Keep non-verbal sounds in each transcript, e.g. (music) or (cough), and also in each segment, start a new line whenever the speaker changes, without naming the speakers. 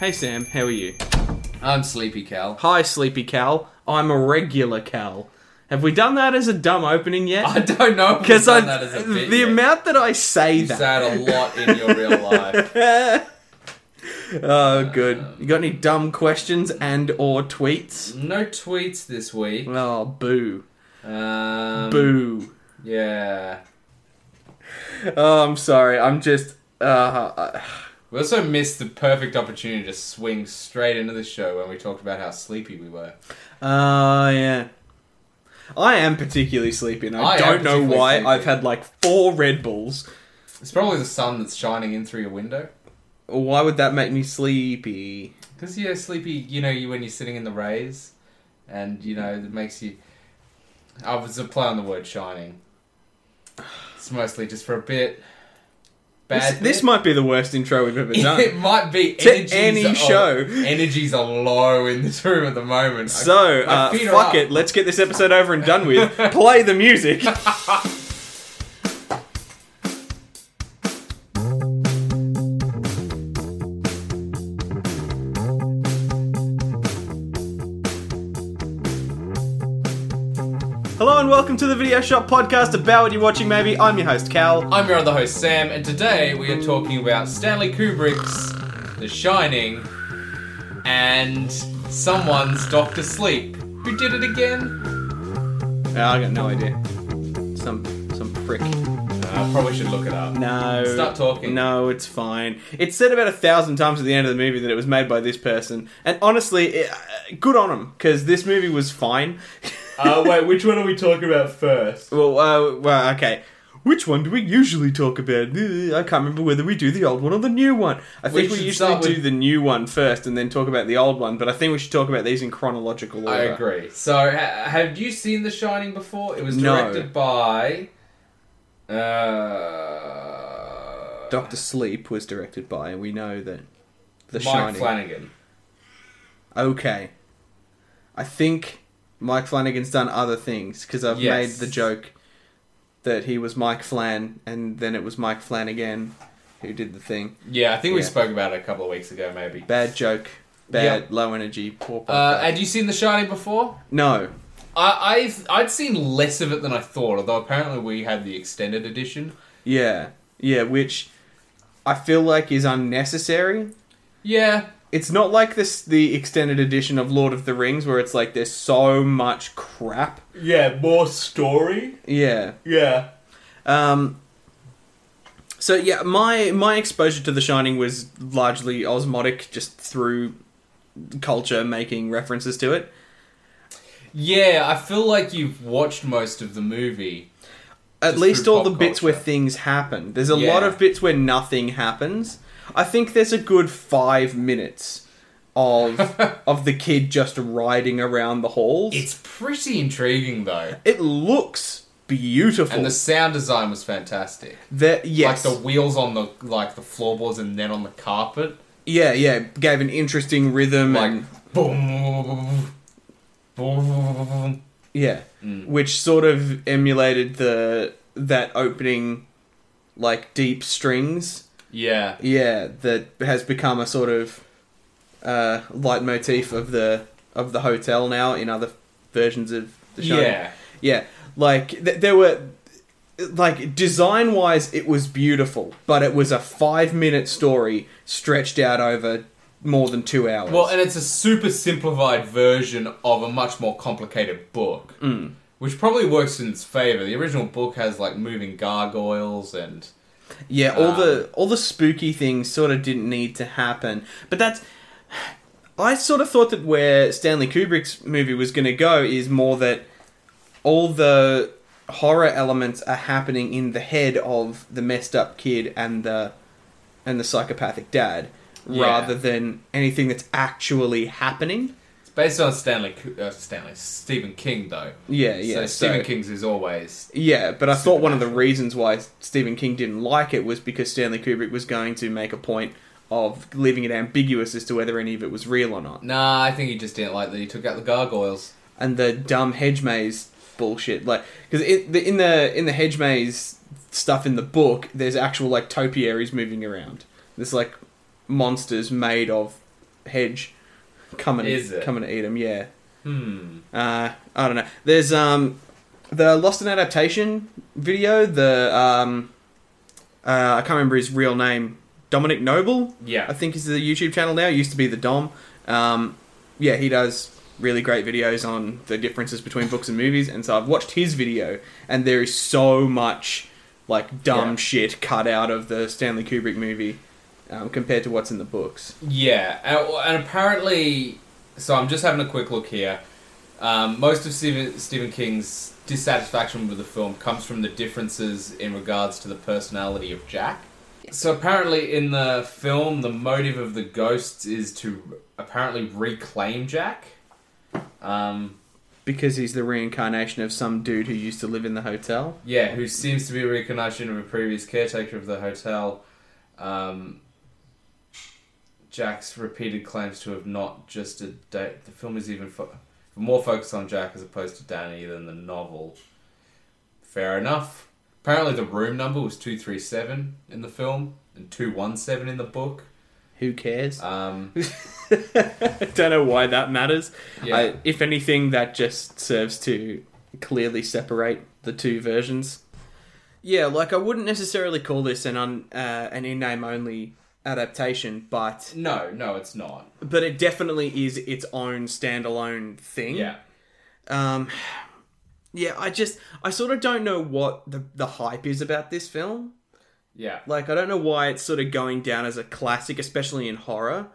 Hey Sam, how are you?
I'm Sleepy Cal. (laughs)
Hi Sleepy Cal. I'm a regular Cal. Have we done that as a dumb opening yet?
I don't know if
Because
we've
I,
done that as a bit
the
yet.
amount that I say
you
that.
say it a lot in
(laughs)
your real life. Uh,
oh, good. You got any dumb questions and or tweets?
No tweets this week.
Oh, boo,
Um,
boo.
Yeah.
Oh, I'm sorry. I'm just. Uh,
We also missed the perfect opportunity to swing straight into the show when we talked about how sleepy we were.
uh, uh, yeah. I am particularly sleepy, and I,
I am
don't know
particularly
why.
sleepy.
I've had like four Red Bulls.
It's probably the sun that's shining in through your window.
Why would that make me sleepy?
Because you're sleepy, you know, you when you're sitting in the rays, and you know it makes you. I was a play on the word shining. It's mostly just for a bit. Bad.
This, this
bit.
might be the worst intro we've ever
(laughs) it
done.
might be
To
energies
any
are,
show.
Energies are low in this room at the moment.
So,
My
uh,
feet are
fuck
up.
it. Let's get this episode over and done
(laughs)
with. Play the music. Hello and welcome to the Video Shop Podcast about what you're watching, maybe. I'm your host, Cal.
I'm your other host Sam, and today we are talking about Stanley Kubrick's The Shining and someone's Doctor Sleep. Who did it again?
Oh, I got no idea. Some some prick.
Uh, I probably should look it up.
No.
Stop talking.
No, it's fine. It's said about a thousand times at the end of the movie that it was made by this person, and honestly, it, uh, good on him because this movie was
(laughs)
fine.
Uh, wait, which one are we talking about
(laughs)
first?
well, uh, well, okay. Which one do we usually talk about? Uh, I can't remember whether we do the old one or the new one. I
We
think we,
should
usually
start
do
with-
the new one first and then talk about the old one, but I think we should talk about these in chronological order.
I agree. So, ha- have you seen The Shining before? It was
No.
directed by. Uh,
Doctor Sleep was directed by, we know that The
Mike
Shining.
Flanagan.
okay. I think Mike Flanagan's done other things because I've
Yes.
made the joke that he was Mike Flan and then it was Mike Flanagan who did the thing.
Yeah, I think we
Yeah.
spoke about it a couple of weeks ago, maybe.
Bad joke, bad,
Yeah.
low energy, poor
Uh,
podcast.
had you seen The Shining before?
no.
I, I've I'd seen less of it than I thought, although apparently we had the extended edition.
Yeah. Yeah, which I feel like is unnecessary.
Yeah,
It's not like this the extended edition of Lord of the Rings where it's like there's so much crap.
yeah, more story.
Yeah.
Yeah,
Um, so yeah, my my exposure to The Shining was largely osmotic, just through culture making references to it.
yeah. I feel like you've watched most of the movie.
At
Just
least
through
all the
pop
bits where
culture.
things happen. There's a
Yeah.
lot of bits where nothing happens. I think there's a good five minutes
(laughs)
of of the kid just riding around the halls.
It's pretty intriguing though,
it looks beautiful.
and the sound design was fantastic.
The- yes.
Like the wheels on the like the floorboards and then on the carpet,
yeah, yeah. Gave an interesting rhythm
like
and
boom, boom, boom, boom.
Yeah,
Mm.
which sort of emulated the that opening, like deep strings.
Yeah,
Yeah, that has become a sort of uh, leitmotif of the of the hotel now in other versions of the show.
yeah.
yeah. Like th- there were, like design wise, it was beautiful, but it was a five minute story stretched out over more than two hours.
Well, and it's a super simplified version of a much more complicated book,
Mm.
which probably works in its favor. The original book has like moving gargoyles and
Yeah, all the all the spooky things sort of didn't need to happen. But that's I sort of thought that where Stanley Kubrick's movie was going to go is more that all the horror elements are happening in the head of the messed up kid and the and the psychopathic dad
Yeah.
rather than anything that's actually happening.
it's based on Stanley Coo- uh, Stanley Stephen King though.
Yeah, yeah.
so Stephen King's is always
Yeah, but I thought one of the reasons why Stephen King didn't like it was because Stanley Kubrick was going to make a point of leaving it ambiguous as to whether any of it was real or not.
nah. I think he just didn't like that he took out the gargoyles.
And the dumb hedge maze bullshit, like because in the in the hedge maze stuff in the book, there's actual like topiaries moving around. There's like monsters made of hedge coming
Is it?
coming to eat him. Yeah.
Hmm.
Uh, I don't know. There's um the Lost in Adaptation video. The um uh, I can't remember his real name. Dominic Noble, I
Yeah.
think, is the YouTube channel now. He used to be the Dom. Um, yeah, he does really great videos on the differences between books and movies. And so I've watched his video, and there is so much like dumb
Yeah.
shit cut out of the Stanley Kubrick movie um, compared to what's in the books.
Yeah. And, and apparently, so I'm just having a quick look here. Um, most of Stephen, Stephen King's dissatisfaction with the film comes from the differences in regards to the personality of Jack. So apparently, in the film, the motive of the ghosts is to apparently reclaim Jack. Um,
Because he's the reincarnation of some dude who used to live in the hotel.
Yeah, who seems to be a reincarnation of a previous caretaker of the hotel. Um, Jack's repeated claims to have not just a date. The film is even fo- more focused on Jack as opposed to Danny than the novel. Fair enough. Apparently, the room number was 237 in the film and 217 in the book.
Who cares?
Um,
(laughs) Don't know why that matters.
Yeah.
I, if anything, that just serves to clearly separate the two versions. Yeah, like I wouldn't necessarily call this an un, uh, an in name only adaptation, but
no, no, it's not.
but it definitely is its own standalone thing.
Yeah.
Um, yeah, I just I sort of don't know what the the hype is about this film.
Yeah.
Like, I don't know why it's sort of going down as a classic, especially in horror.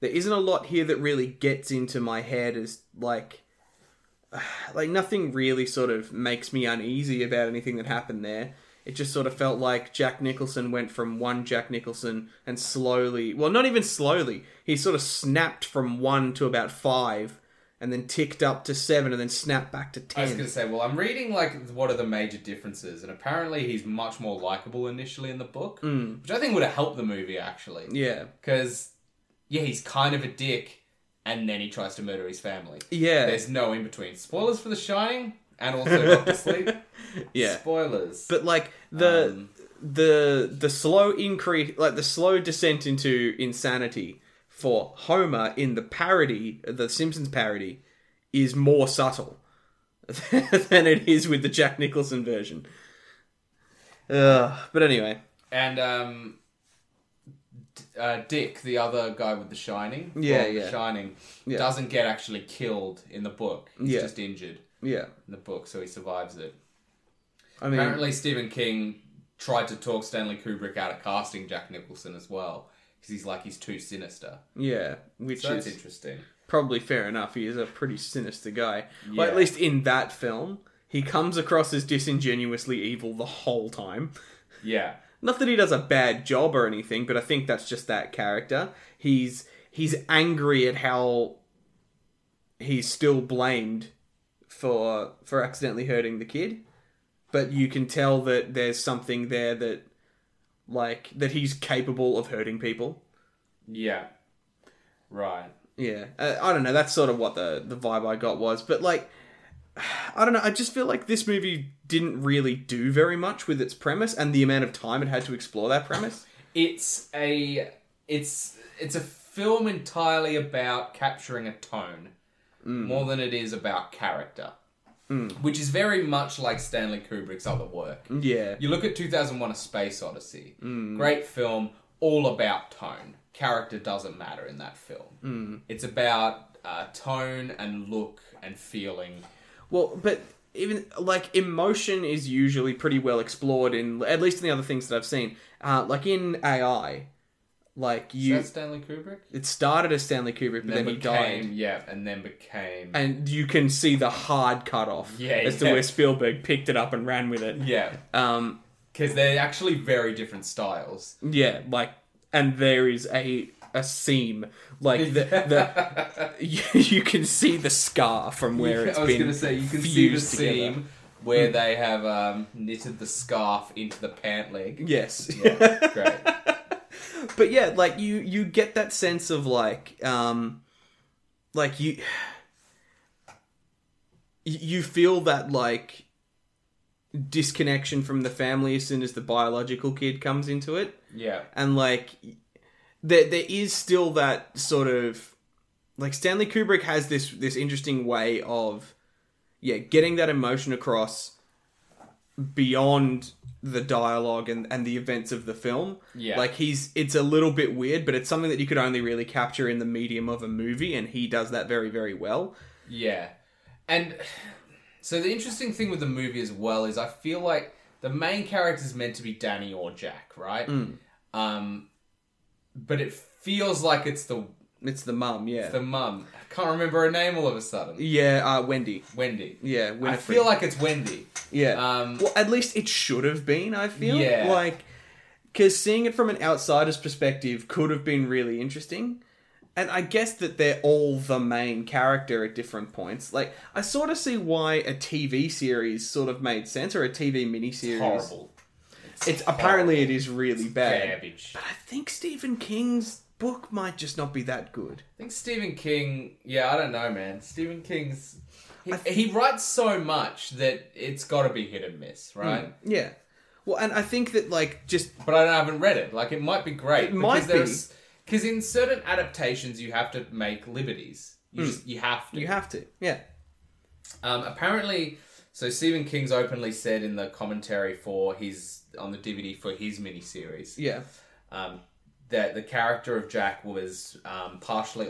There isn't a lot here that really gets into my head as like, (sighs) like nothing really sort of makes me uneasy about anything that happened there. It just sort of felt like Jack Nicholson went from one Jack Nicholson and slowly, well, not even slowly, he sort of snapped from one to about five, and then ticked up to seven, and then snapped back to
I was
ten.
gonna say, well, I'm reading like what are the major differences, and apparently he's much more likable initially in the book, mm. which I think would have helped the movie actually,
Hmm. yeah,
because yeah, he's kind of a dick, and then he tries to murder his family.
yeah,
There's no in between. Spoilers for The Shining and also
(laughs)
Doctor Sleep.
yeah.
Spoilers.
But like the
Um,
the the slow increase, like the slow descent into insanity for Homer in the parody, the Simpsons parody, is more subtle (laughs) than it is with the Jack Nicholson version. Ugh, but anyway,
and um, D- uh, Dick, the other guy with The Shining,
Yeah,
well,
yeah.
The Shining,
Yeah.
doesn't get actually killed in the book. He's
Yeah.
just injured
yeah.
in the book, so he survives it.
I mean,
Apparently, Stephen King tried to talk Stanley Kubrick out of casting Jack Nicholson as well because he's like he's too sinister.
yeah, which
So that's
is
interesting.
probably fair enough. He is a pretty sinister guy. Well, at
Yeah.
least in that film, he comes across as disingenuously evil the whole time.
Yeah,
Not that he does a bad job or anything, but I think that's just that character. He's he's angry at how he's still blamed for for accidentally hurting the kid, but you can tell that there's something there that like that he's capable of hurting people.
yeah, right.
Yeah, uh, I don't know. That's sort of what the the vibe I got was, but like, I don't know. I just feel like this movie didn't really do very much with its premise and the amount of time it had to explore that premise.
It's a it's it's a film entirely about capturing a tone
Mm.
more than it is about character, which is very much like Stanley Kubrick's other work.
Yeah.
You look at 2001 A Space Odyssey.
Mm.
Great film, all about tone. Character doesn't matter in that film. Mm. It's about uh, tone and look and feeling.
Well, but even like emotion is usually pretty well explored in at least in the other things that I've seen. Uh, like in AI, like
Is
you,
that Stanley Kubrick?
it started as Stanley Kubrick, but then he
became,
died,
Yeah, and then became.
and you can see the hard cut off
Yeah,
as to
yeah.
where Spielberg picked it up and ran with it.
yeah,
Um,
because they're actually very different styles.
yeah, like, and there is a a seam like the, the
(laughs)
(laughs) you, you can see the scar from where it's
I was
been.
going to say, you can see the
fused together. Mm.
seam where they have um, knitted the scarf into the pant leg.
(laughs) Yes.
Yeah, great.
but yeah like you you get that sense of like um like you you feel that like disconnection from the family as soon as the biological kid comes into it
Yeah.
and like there there is still that sort of like Stanley Kubrick has this this interesting way of yeah getting that emotion across beyond the dialogue and, and the events of the film.
Yeah.
Like he's it's a little bit weird, but it's something that you could only really capture in the medium of a movie and he does that very very well.
Yeah. And so the interesting thing with the movie as well is I feel like the main character is meant to be Danny or Jack, right?
Mm.
Um, but it feels like it's the
It's the mum, yeah.
the mum. I can't remember her name all of a sudden.
yeah, uh, Wendy.
Wendy.
Yeah,
I
Winfrey.
feel like it's Wendy.
yeah.
um,
well, at least it should have been. I feel
Yeah.
like because seeing it from an outsider's perspective could have been really interesting. And I guess that they're all the main character at different points. Like, I sort of see why a TV series sort of made sense, or a TV miniseries.
Horrible.
It's apparently it is really bad.
Cabbage.
But I think Stephen King's book might just not be that good.
I think Stephen King. Yeah, I don't know, man. Stephen King's. He, he writes so much that it's got to be hit and miss, right?
Yeah. Well, and I think that like just
but I haven't read it. Like it might be great.
It might
because in certain adaptations you have to make liberties. You just you have to.
Hmm. you have to. Yeah.
um, apparently, so Stephen King's openly said in the commentary for his on the DVD for his miniseries
Yeah.
um, that the character of Jack was um, partially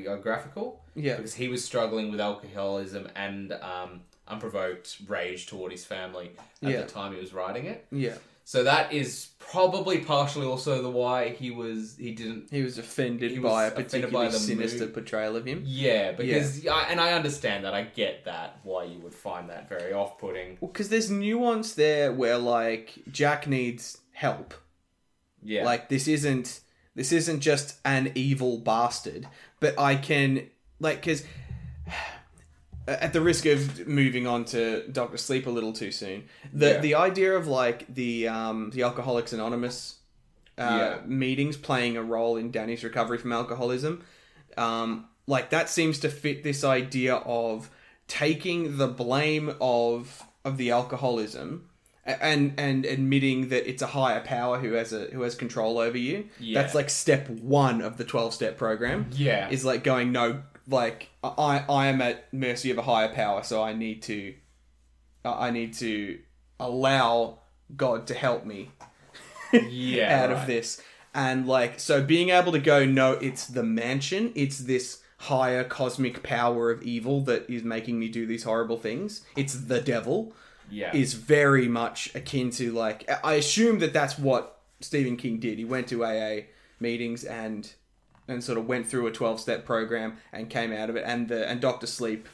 autobiographical.
Yeah.
Because he was struggling with alcoholism and um, unprovoked rage toward his family at
Yeah.
the time he was writing it.
Yeah.
So that is probably partially also the why he was he didn't.
He was offended
He was
by a
offended
particularly
by the
sinister
mood.
portrayal of him.
Yeah, because I, and I understand that. I get that why you would find that very off-putting.
Well, because there's nuance there where like Jack needs help.
Yeah,
Like this isn't this isn't just an evil bastard, but I can like because (sighs) at the risk of moving on to Doctor Sleep a little too soon, the
Yeah.
the idea of like the um, the Alcoholics Anonymous uh,
Yeah.
meetings playing a role in Danny's recovery from alcoholism, um, like that seems to fit this idea of taking the blame of of the alcoholism a- and and admitting that it's a higher power who has a who has control over you.
Yeah.
That's like step one of the twelve step program.
Yeah.
is like going no, like I I am at mercy of a higher power, so I need to I I need to allow God to help me
yeah,
out
right.
of this. And like, so being able to go, no, it's the mansion, it's this higher cosmic power of evil that is making me do these horrible things. It's the devil.
Yeah.
Is very much akin to like, I- I assume that that's what Stephen King did. He went to AA meetings and and sort of went through a 12 step program and came out of it and the and Dr. Sleep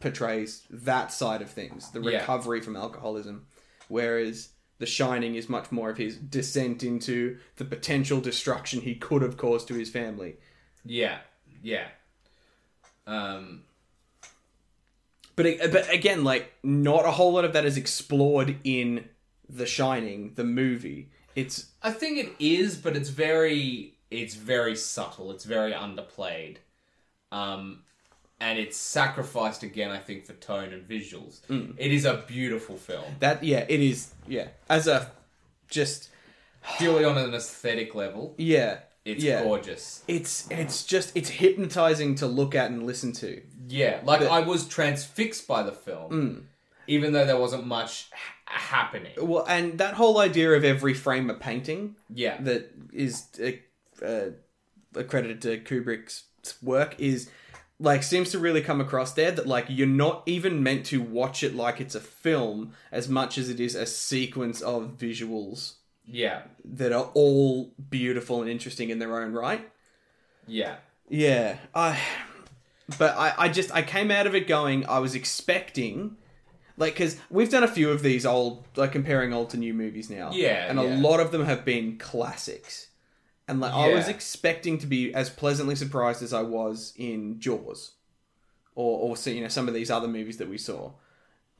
portrays that side of things, the
Yeah.
recovery from alcoholism, whereas The Shining is much more of his descent into the potential destruction he could have caused to his family.
yeah, yeah. Um,
But a- but again, like not a whole lot of that is explored in The Shining, the movie. It's
I think it is, but it's very it's very subtle. It's very underplayed, um, and it's sacrificed again. I think for tone and visuals.
Mm.
It is a beautiful film,
that yeah, it is yeah. As a just
purely on an aesthetic level.
yeah.
It's
yeah.
gorgeous.
It's it's just it's hypnotizing to look at and listen to.
Yeah, like I was transfixed by the film, even though there wasn't much ha- happening.
Well, and that whole idea of every frame a painting
Yeah,
that is uh, uh, accredited to Kubrick's work is like seems to really come across there that like you're not even meant to watch it like it's a film as much as it is a sequence of visuals
yeah,
that are all beautiful and interesting in their own right.
yeah,
Yeah, I. But I, I just I came out of it going I was expecting, like, because we've done a few of these old like comparing old to new movies now.
Yeah,
and
yeah.
a lot of them have been classics, and like I was
Yeah.
expecting to be as pleasantly surprised as I was in Jaws, or or so, you know some of these other movies that we saw.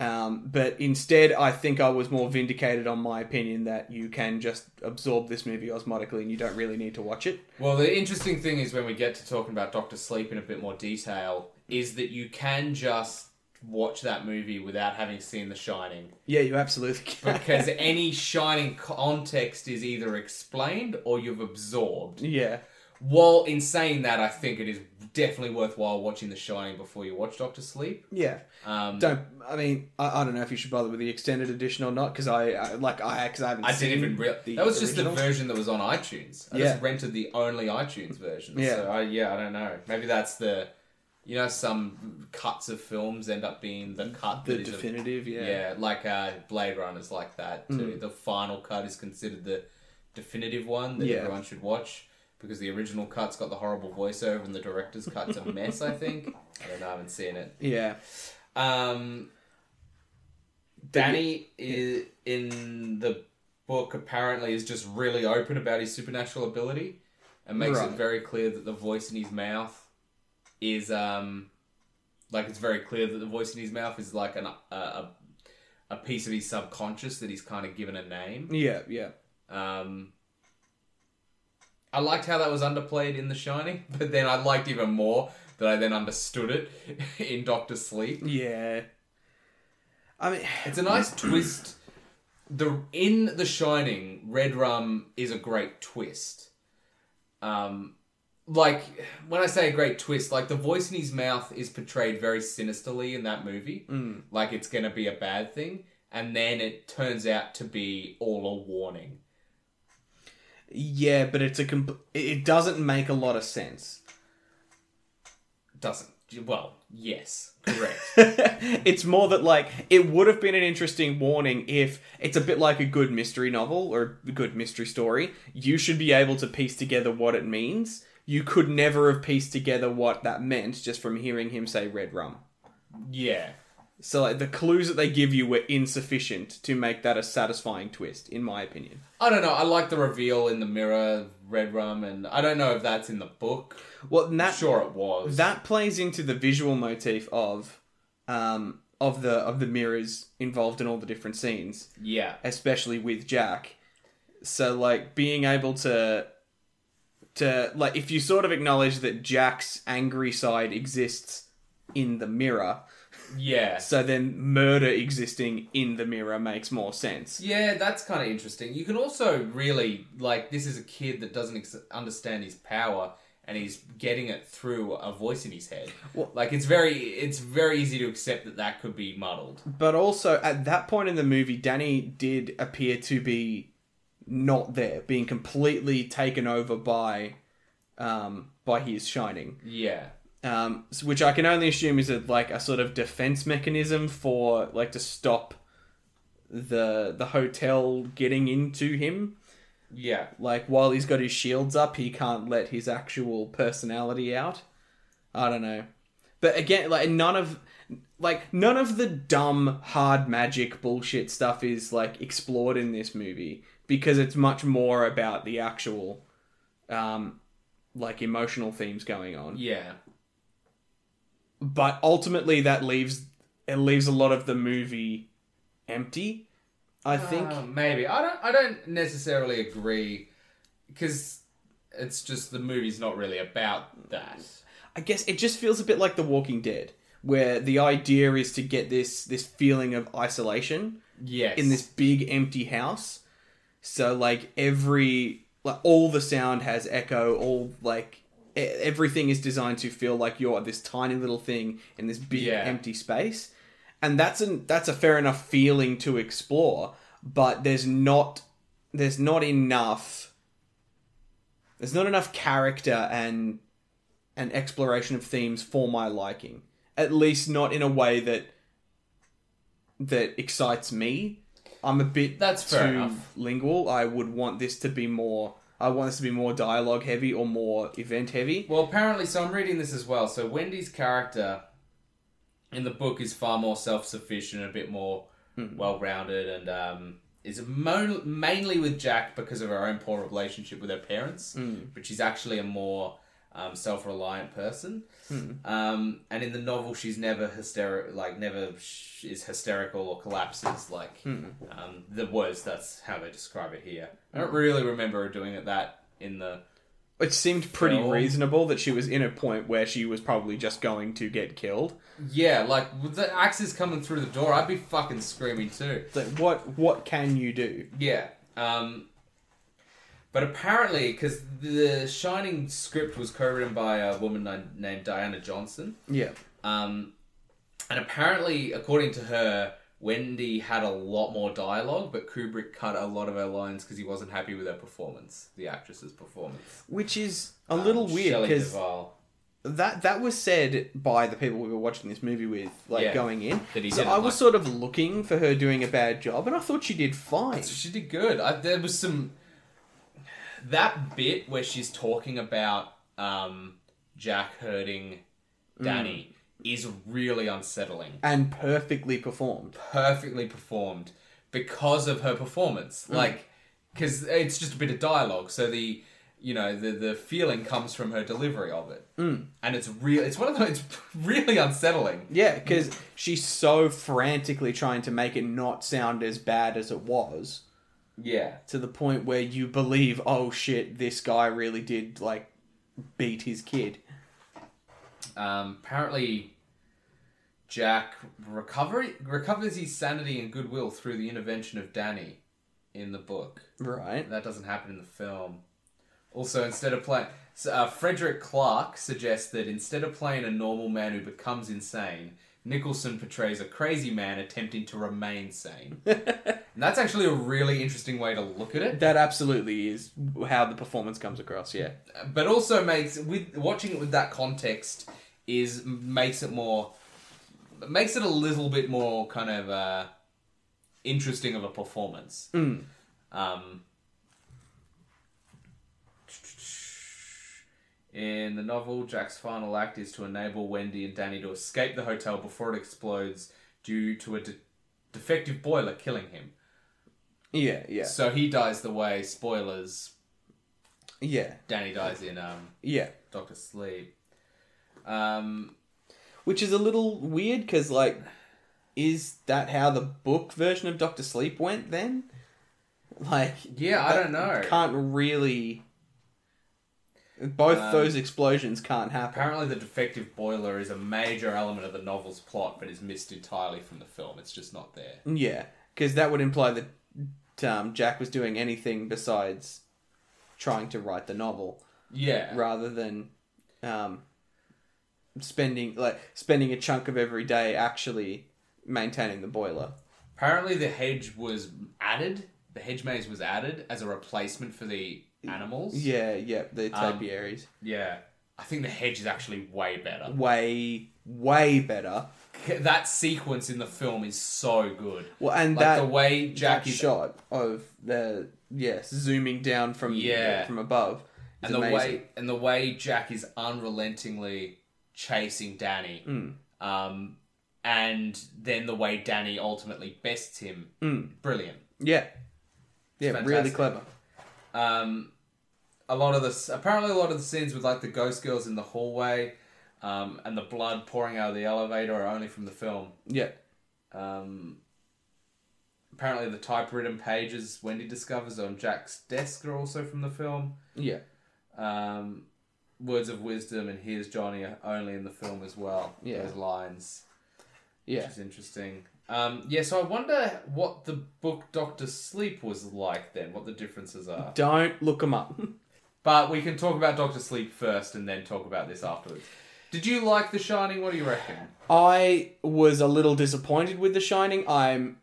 Um, but instead, I think I was more vindicated on my opinion that you can just absorb this movie osmotically and you don't really need to watch it.
Well, the interesting thing is when we get to talking about Doctor Sleep in a bit more detail is that you can just watch that movie without having seen The Shining
Yeah, you absolutely (laughs) can.
because any Shining context is either explained or you've absorbed.
yeah.
While in saying that, I think it is definitely worthwhile watching The Shining before you watch Doctor Sleep.
Yeah.
Um,
Don't. I mean, I, I don't know if you should bother with the extended edition or not because I, I like I because I haven't.
I
seen
didn't even real.
the
That was just
original.
the version that was on iTunes. I
Yeah.
just rented the only iTunes version.
Yeah.
So I, yeah, I don't know. Maybe that's the. You know, some cuts of films end up being the cut
the
that is a-
definitive.
yeah.
Yeah. Mm.
like uh, Blade Runner's like that too. The final cut is considered the definitive one that
Yeah.
everyone should watch because the original cut's got the horrible voiceover and the director's cut's a mess. I think. I don't know. I haven't seen it.
Yeah.
Um, Danny is in the book apparently is just really open about his supernatural ability and makes
Right.
it very clear that the voice in his mouth is um like it's very clear that the voice in his mouth is like an a, a, a piece of his subconscious that he's kind of given a name.
Yeah. Yeah.
Um, I liked how that was underplayed in The Shining, (laughs) but then I liked even more that I then understood it (laughs) in Doctor Sleep.
Yeah. I mean, (sighs)
It's a nice twist. The in The Shining, Red Rum is a great twist. Um, like when I say a great twist, like the voice in his mouth is portrayed very sinisterly in that movie, like it's gonna be a bad thing, and then it turns out to be all a warning.
yeah, but it's a comp- it doesn't make a lot of sense.
Doesn't well, yes, correct.
(laughs) it's more that like it would have been an interesting warning if it's a bit like a good mystery novel or a good mystery story. You should be able to piece together what it means. You could never have pieced together what that meant just from hearing him say red rum.
yeah,
So like the clues that they give you were insufficient to make that a satisfying twist, in my opinion.
I don't know. I like the reveal in the mirror, Red Rum, and I don't know if that's in the book.
Well, and that
Sure, it was.
that plays into the visual motif of um, of the of the mirrors involved in all the different scenes.
yeah.
especially with Jack. So like being able to to like if you sort of acknowledge that Jack's angry side exists in the mirror,
Yeah.
so then murder existing in the mirror makes more sense.
Yeah, that's kind of interesting. You can also really like this is a kid that doesn't ex- understand his power and he's getting it through a voice in his head.
Well-
like it's very it's very easy to accept that that could be muddled.
But also at that point in the movie Danny did appear to be not there, being completely taken over by um by his shining.
Yeah.
um, s- which I can only assume is a, like a sort of defense mechanism for like to stop the the hotel getting into him.
Yeah.
Like while he's got his shields up, he can't let his actual personality out. I don't know, but again, like none of like none of the dumb hard magic bullshit stuff is like explored in this movie because it's much more about the actual um like emotional themes going on
Yeah.
but ultimately that leaves it leaves a lot of the movie empty i think
Uh, maybe. I don't I don't necessarily agree cuz it's just the movie's not really about that.
i guess it just feels a bit like the walking dead where the idea is to get this this feeling of isolation
Yes.
in this big empty house so like every like all the sound has echo all like e- everything is designed to feel like you're this tiny little thing in this big
Yeah.
empty space and that's an that's a fair enough feeling to explore but there's not there's not enough there's not enough character and and exploration of themes for my liking at least not in a way that that excites me i'm a bit
That's fair enough.
lingual i would want this to be more i want this to be more dialogue heavy or more event heavy
Well, apparently, so I'm reading this as well. So Wendy's character in the book is far more self-sufficient, a bit more well-rounded, and um, is mo- mainly with Jack because of her own poor relationship with her parents. But she's actually a more um, self-reliant person. Um, and in the novel, she's never hysterical, like never sh- is hysterical or collapses. Like um, the words, that's how they describe it here. I don't really remember her doing it that in the
it seemed pretty
Well-
reasonable that she was in a point where she was probably just going to get killed.
Yeah, like with the axes coming through the door, I'd be fucking screaming too.
Like, what what can you do?
Yeah. Um, but apparently, because the Shining script was co-written by a woman ni- named Diana Johnson,
Yeah.
um, and apparently, according to her, Wendy had a lot more dialogue, but Kubrick cut a lot of her lines because he wasn't happy with her performance, the actress's performance.
Which is a little
Um,
weird
Shelley
because
Duvall.
that that was said by the people we were watching this movie with, like
Yeah.
going in.
That he
so
didn't
I was
like-
sort of looking for her doing a bad job, and I thought she did fine.
So she did good. I, there was some that bit where she's talking about um, Jack hurting Danny is really unsettling.
and perfectly performed.
Perfectly performed because of her performance. Like, because it's just a bit of dialogue, so the you know the the feeling comes from her delivery of it, mm. and it's real. It's one of those. It's (laughs) really unsettling.
Yeah, because she's so frantically trying to make it not sound as bad as it was,
Yeah.
to the point where you believe, oh shit, this guy really did like beat his kid.
Um, apparently, Jack recover, recovers his sanity and goodwill through the intervention of Danny in the book.
Right.
That doesn't happen in the film. Also, instead of playing. So, uh, Frederick Clark suggests that instead of playing a normal man who becomes insane, Nicholson portrays a crazy man attempting to remain sane. and that's actually a really interesting way to look at it.
That absolutely is how the performance comes across, yeah.
but also makes with watching it with that context is makes it more makes it a little bit more kind of uh, interesting of a performance. Um, in the novel, Jack's final act is to enable Wendy and Danny to escape the hotel before it explodes due to a de- defective boiler killing him.
Yeah, yeah.
So he dies the way spoilers.
Yeah,
Danny dies in um,
yeah.
Doctor Sleep. Um,
Which is a little weird because, like, is that how the book version of Doctor Sleep went then? Like,
yeah, I don't know.
can't really. Both
Um,
those explosions can't happen.
Apparently, the defective boiler is a major element of the novel's plot, but is missed entirely from the film. It's just not there.
Yeah, because that would imply that um, Jack was doing anything besides trying to write the novel,
Yeah,
rather than um, spending like spending a chunk of every day actually maintaining the boiler.
Apparently, the hedge was added. The hedge maze was added as a replacement for the animals.
Yeah, yeah, the
Um,
topiaries
yeah. I think the hedge is actually way better.
way way better.
That sequence in the film is so good.
Well, and
Like
that
the way Jack
that
is
shot of the yes zooming down from
Yeah.
from above is
and the
amazing.
way and the way Jack is unrelentingly chasing Danny, um, and then the way Danny ultimately bests him, brilliant.
yeah, yeah, really
fantastic.
clever.
Um, a lot of this, apparently, a lot of the scenes with like the ghost girls in the hallway, um, and the blood pouring out of the elevator are only from the film.
Yeah,
Um, apparently, the typewritten pages Wendy discovers on Jack's desk are also from the film.
yeah,
um, words of wisdom and here's Johnny are only in the film as well.
Yeah.
Those lines,
yeah.
which is interesting. Um, yeah, so I wonder what the book Doctor Sleep was like then, what the differences are.
Don't look them up. (laughs)
But we can talk about Doctor Sleep first and then talk about this afterwards. Did you like The Shining? What do you reckon?
I was a little disappointed with The Shining. I'm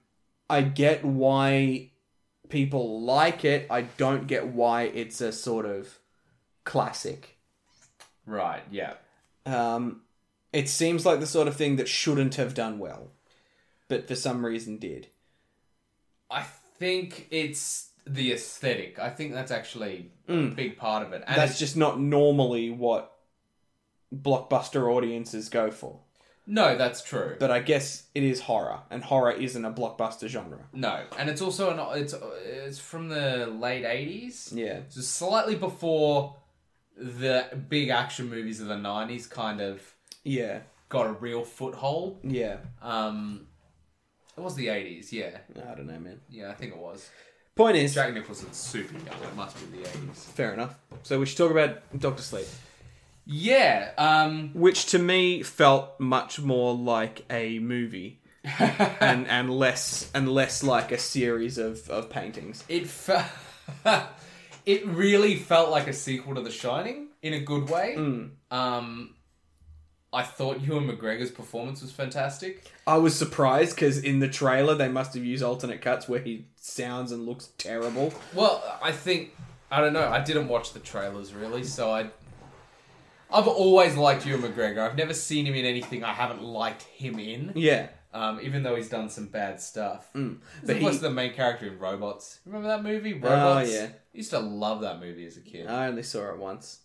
I get why people like it. I don't get why it's a sort of classic.
Right, yeah.
Um, it seems like the sort of thing that shouldn't have done well, but for some reason did.
I think it's the aesthetic. I think that's actually a big part of it. And
Hmm. That's
it's-
just not normally what blockbuster audiences go for.
no, that's true.
But I guess it is horror, and horror isn't a blockbuster genre.
No, and it's also an it's it's from the late eighties.
Yeah.
so slightly before the big action movies of the nineties kind of
Yeah.
got a real foothold.
Yeah.
Um, it was the eighties, yeah,
I don't know, man.
yeah, I think it was.
Point is,
Jack Nicholson's super young. It must be the 80s.
fair enough. So we should talk about Doctor Sleep,
Yeah. Um,
which to me felt much more like a
(laughs)
movie and and less and less like a series of of paintings.
it fe- (laughs) it really felt like a sequel to The Shining in a good way. Um, I thought Ewan McGregor's performance was fantastic.
I was surprised because in the trailer they must have used alternate cuts where he sounds and looks terrible.
Well, I think I don't know. I didn't watch the trailers really, so I. I've always liked Ewan McGregor. I've never seen him in anything I haven't liked him in.
Yeah,
Um, even though he's done some bad stuff.
Mm. but
he
he-
was
Oh,
the main character in Robots. Remember that movie, Robots?
yeah. Uh.
I used to love that movie as a kid.
I only saw it once.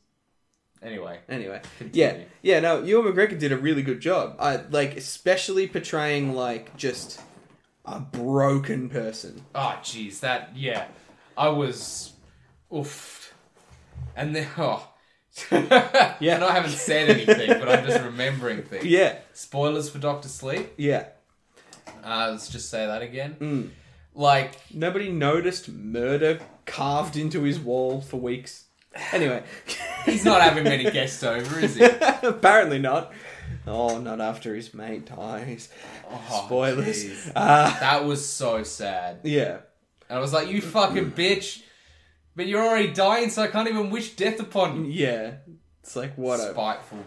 anyway,
Anyway, yeah,
Continue.
yeah. No, Ewan McGregor did a really good job. I like, especially portraying like just a broken person.
oh jeez, that yeah, I was, oof, and then oh, (laughs) yeah, and I haven't said anything, but I'm just remembering things.
Yeah,
Spoilers for Doctor Sleep.
yeah.
Uh, let's just say that again.
Mm.
Like,
Nobody noticed murder carved into his wall for weeks. Anyway,
he's not
(laughs)
having many guests over, is he?
apparently not. Oh, not after his mate dies.
Oh,
Spoilers.
jeez.
Uh,
That was so sad.
yeah,
And I was like, you fucking bitch. But you're already dying, so I can't even wish death upon you.
yeah. It's like what a
Spiteful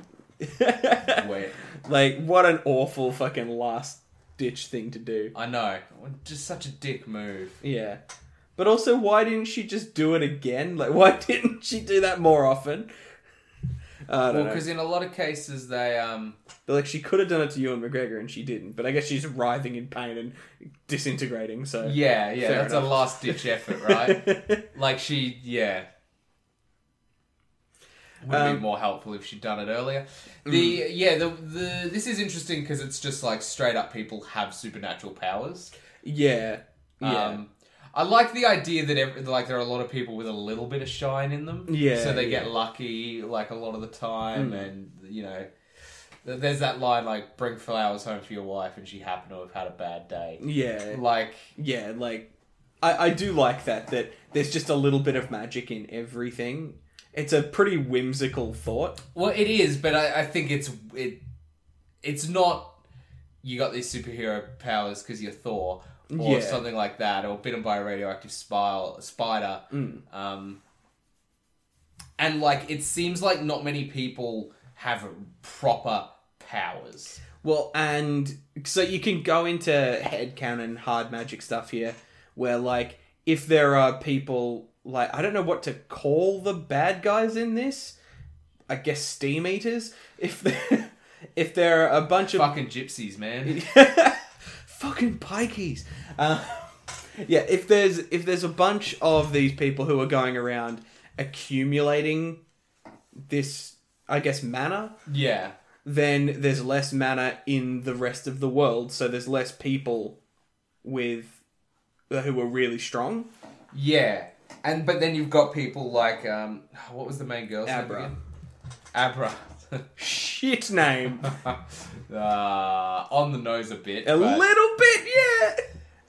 wet.
(laughs) like what an awful fucking last ditch thing to do.
I know. Just such a dick move.
Yeah. But also, why didn't she just do it again? Like, (laughs) why didn't she do that more often? I
Well,
don't know.
because in a lot of cases, they, um,
But, like, she could have done it to Ewan McGregor and she didn't. But I guess she's writhing in pain and disintegrating, so.
yeah, yeah,
Fair
that's a
enough.
last ditch effort,
(laughs)
right? like, she, yeah. Would have
Um, mm.
been more helpful if she'd done it earlier. The yeah, the the this is interesting because it's just like straight up people have supernatural powers.
yeah. Yeah.
Um, I like the idea that every, like there are a lot of people with a little bit of shine in them.
Yeah,
So they
yeah. Mm.
get lucky like a lot of the time, and you know, th- there's that line like bring flowers home for your wife, and she happened to have had a bad day.
yeah.
Like
Yeah, like. I, I do like that, that there's just a little bit of magic in everything. It's a pretty whimsical thought.
Well, it is, but I, I think it's it. It's not you got these superhero powers because you're Thor or
Yeah.
something like that, or bitten by a radioactive spile, spider.
Mm.
Um, and like, it seems like not many people have proper powers.
Well, and so you can go into headcanon hard magic stuff here, where like if there are people like I don't know what to call the bad guys in this. I guess steam eaters. If (laughs) there, if there are a bunch of
Fucking
(laughs)
gypsies, man.
fucking pikeys. Uh, (laughs) yeah, if there's if there's a bunch of these people who are going around accumulating this, I guess mana
yeah,
then there's less mana in the rest of the world, so there's less people with uh, who are really strong.
yeah. And but then you've got people like um, what was the main girl's name
Abra.
again? Abra. (laughs)
Shit name.
uh, on the nose a bit.
A
but-
little bit, yeah.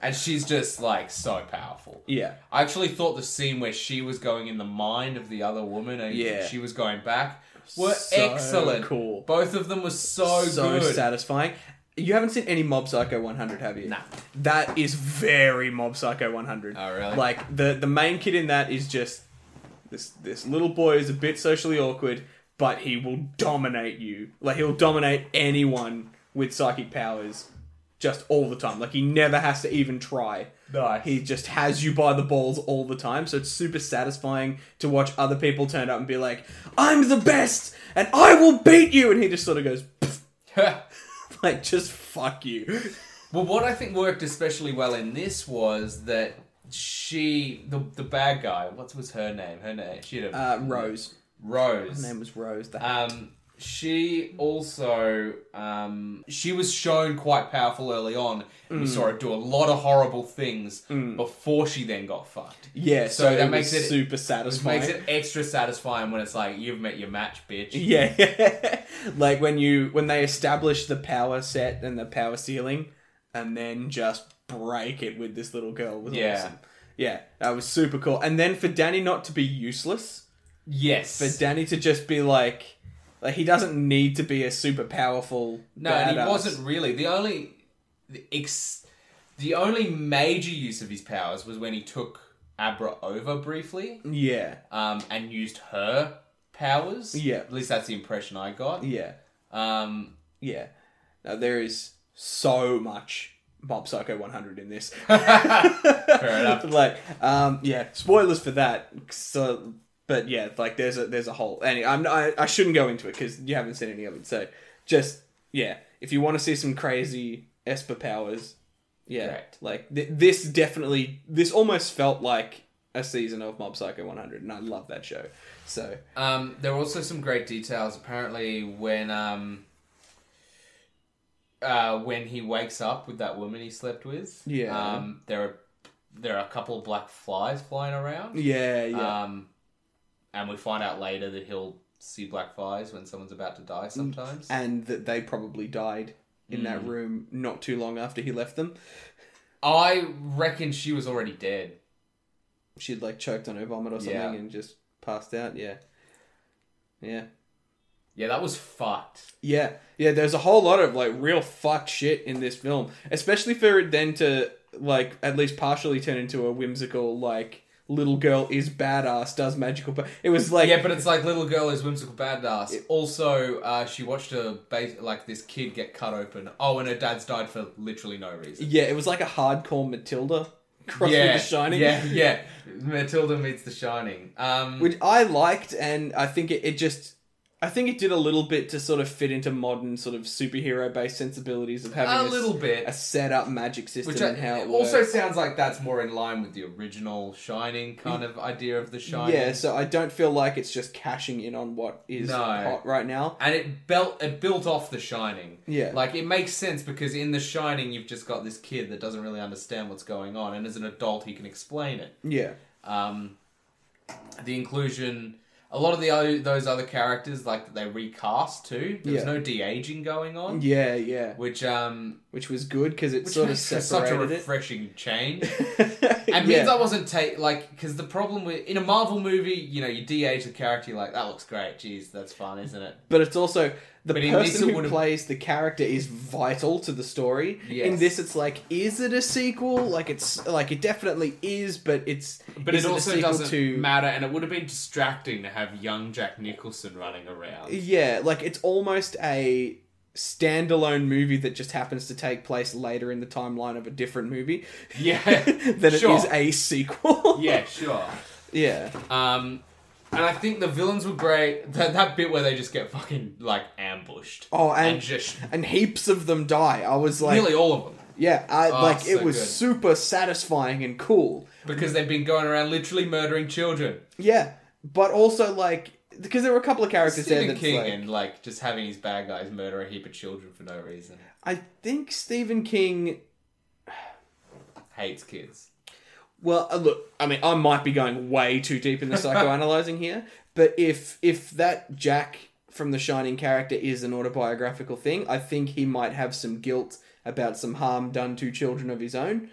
And she's just like so powerful.
Yeah.
I actually thought the scene where she was going in the mind of the other woman and
Yeah.
she was going back were
So
excellent.
cool.
Both of them were so, good.
satisfying. You haven't seen any Mob Psycho 100, have you?
Nah.
That is very Mob Psycho 100.
Oh, really?
Like the the main kid in that is just this this little boy is a bit socially awkward, but he will dominate you. Like he'll dominate anyone with psychic powers just all the time. Like he never has to even try.
Nice. (laughs)
He just has you by the balls all the time, so it's super satisfying to watch other people turn up and be like, "I'm the best, and I will beat you," and he just sort of goes, "Pff," (laughs) like, "Just fuck you."
well, what I think worked especially well in this was that she, the, the bad guy, what was her name? Her name, she had a
Uh, Rose,
Rose.
her name was Rose. The
Um, she also um, she was shown quite powerful early on.
Mm.
and We saw her do a lot of horrible things before she then got fucked.
yeah, so, that makes it super
Which
satisfying.
makes
(laughs)
it extra satisfying when it's like you've met your match, bitch.
Yeah, (laughs) like when you when they establish the power set and the power ceiling, and then just break it with this little girl was
Yeah.
awesome. Yeah, that was super cool. And then for Danny not to be useless,
Yes.
for Danny to just be like, like he doesn't need to be a super powerful.
No, and he
badass.
wasn't really. The only the ex, the only major use of his powers was when he took Abra over briefly
Yeah,
um, and used her powers.
Yeah.
at least that's the impression I got.
yeah,
Um,
yeah. Now there is so much Mob Psycho 100 in this.
fair
(laughs)
enough.
like, um, yeah, spoilers for that. So, but yeah, like there's a there's a whole. And I'm I, I shouldn't go into it because you haven't seen any of it. So just yeah, if you want to see some crazy Esper powers, yeah,
Right.
like th- this definitely this almost felt like a season of Mob Psycho 100, and I love that show. So
Um, there were also some great details. Apparently, when um, uh, when he wakes up with that woman he slept with,
Yeah.
um, there are there are a couple of black flies flying around.
yeah, yeah,
Um, and we find out later that he'll see black flies when someone's about to die sometimes.
Mm. and that they probably died in
Hmm.
that room not too long after he left them.
I reckon she was already dead.
she'd like choked on her vomit or something
Yeah.
and just passed out. Yeah. Yeah.
Yeah, that was fucked.
Yeah. Yeah, there's a whole lot of like real fucked shit in this film, especially for it then to like at least partially turn into a whimsical like little girl is badass does magical but it was like
Yeah, but it's like little girl is whimsical badass. also, uh, she watched a ba- like this kid get cut open. Oh, and her dad's died for literally no reason.
yeah it was like a hardcore matilda crossed
yeah,
with the shining
Yeah, yeah. Matilda meets The Shining. Um,
which I liked, and I think it, it just. I think it did a little bit to sort of fit into modern sort of superhero based sensibilities of having
A
s-
little bit.
a set up magic system
which
and
I-
how it
it also
works.
sounds like that's more in line with the original Shining kind of idea of The Shining.
yeah. So I don't feel like it's just cashing in on what is
No.
hot right now.
and it built it built off The Shining.
Yeah.
like it makes sense because in The Shining you've just got this kid that doesn't really understand what's going on, and as an adult he can explain it.
Yeah,
Um, the inclusion, a lot of the other, those other characters like that they recast too. There was
Yeah.
no de aging going on,
yeah, yeah.
which um,
Which was good because it
which
sort of
makes for such a
separated it.
refreshing
(laughs)
change.
yeah.
And means I wasn't take like because the problem with in a Marvel movie, you know, you de-age the character, you're like that looks great, jeez, that's fun, isn't it?
But it's also the
But in this
person
it
who
would've-
plays the character is vital to the story. In
Yes.
this, it's like, is it a sequel? Like it's like it definitely is, but it's
But
is
it
a
also
sequel
doesn't matter, and it would have been distracting to have young Jack Nicholson
(laughs)
running around.
Yeah, like it's almost a standalone movie that just happens to take place later in the timeline of a different movie
Yeah,
(laughs) than
sure.
it is a sequel.
Yeah, sure.
yeah,
Um, and I think the villains were great. (laughs) That, that bit where they just get fucking like ambushed.
Oh, and-
just
and heaps of them die. I was like,
nearly all of them
yeah, I
Oh,
like it
so
was
good.
super satisfying and cool.
because they've been going around literally murdering children.
Yeah, but also like because there were a couple of characters there
Stephen
that's
King
like,
and like just having his bad guys murder a heap of children for no reason.
I think Stephen King.
Hates kids.
Well, uh, look, I mean, I might be going way too deep
(laughs)
into psychoanalyzing here, but if if that Jack from The Shining character is an autobiographical thing, I think he might have some guilt about some harm done to children of his own.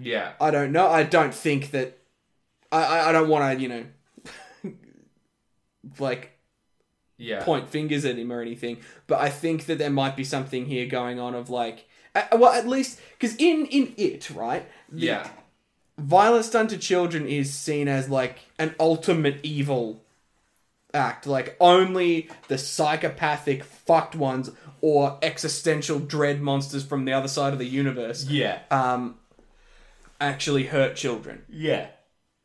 Yeah.
I don't know. I don't think that. I I, I don't want to you know, (laughs) like
Yeah.
point fingers at him or anything, but I think that there might be something here going on of like, uh, well, at least because in in it right, the
Yeah.
violence done to children is seen as like an ultimate evil act like only the psychopathic fucked ones or existential dread monsters from the other side of the universe
Yeah.
um actually hurt children
yeah.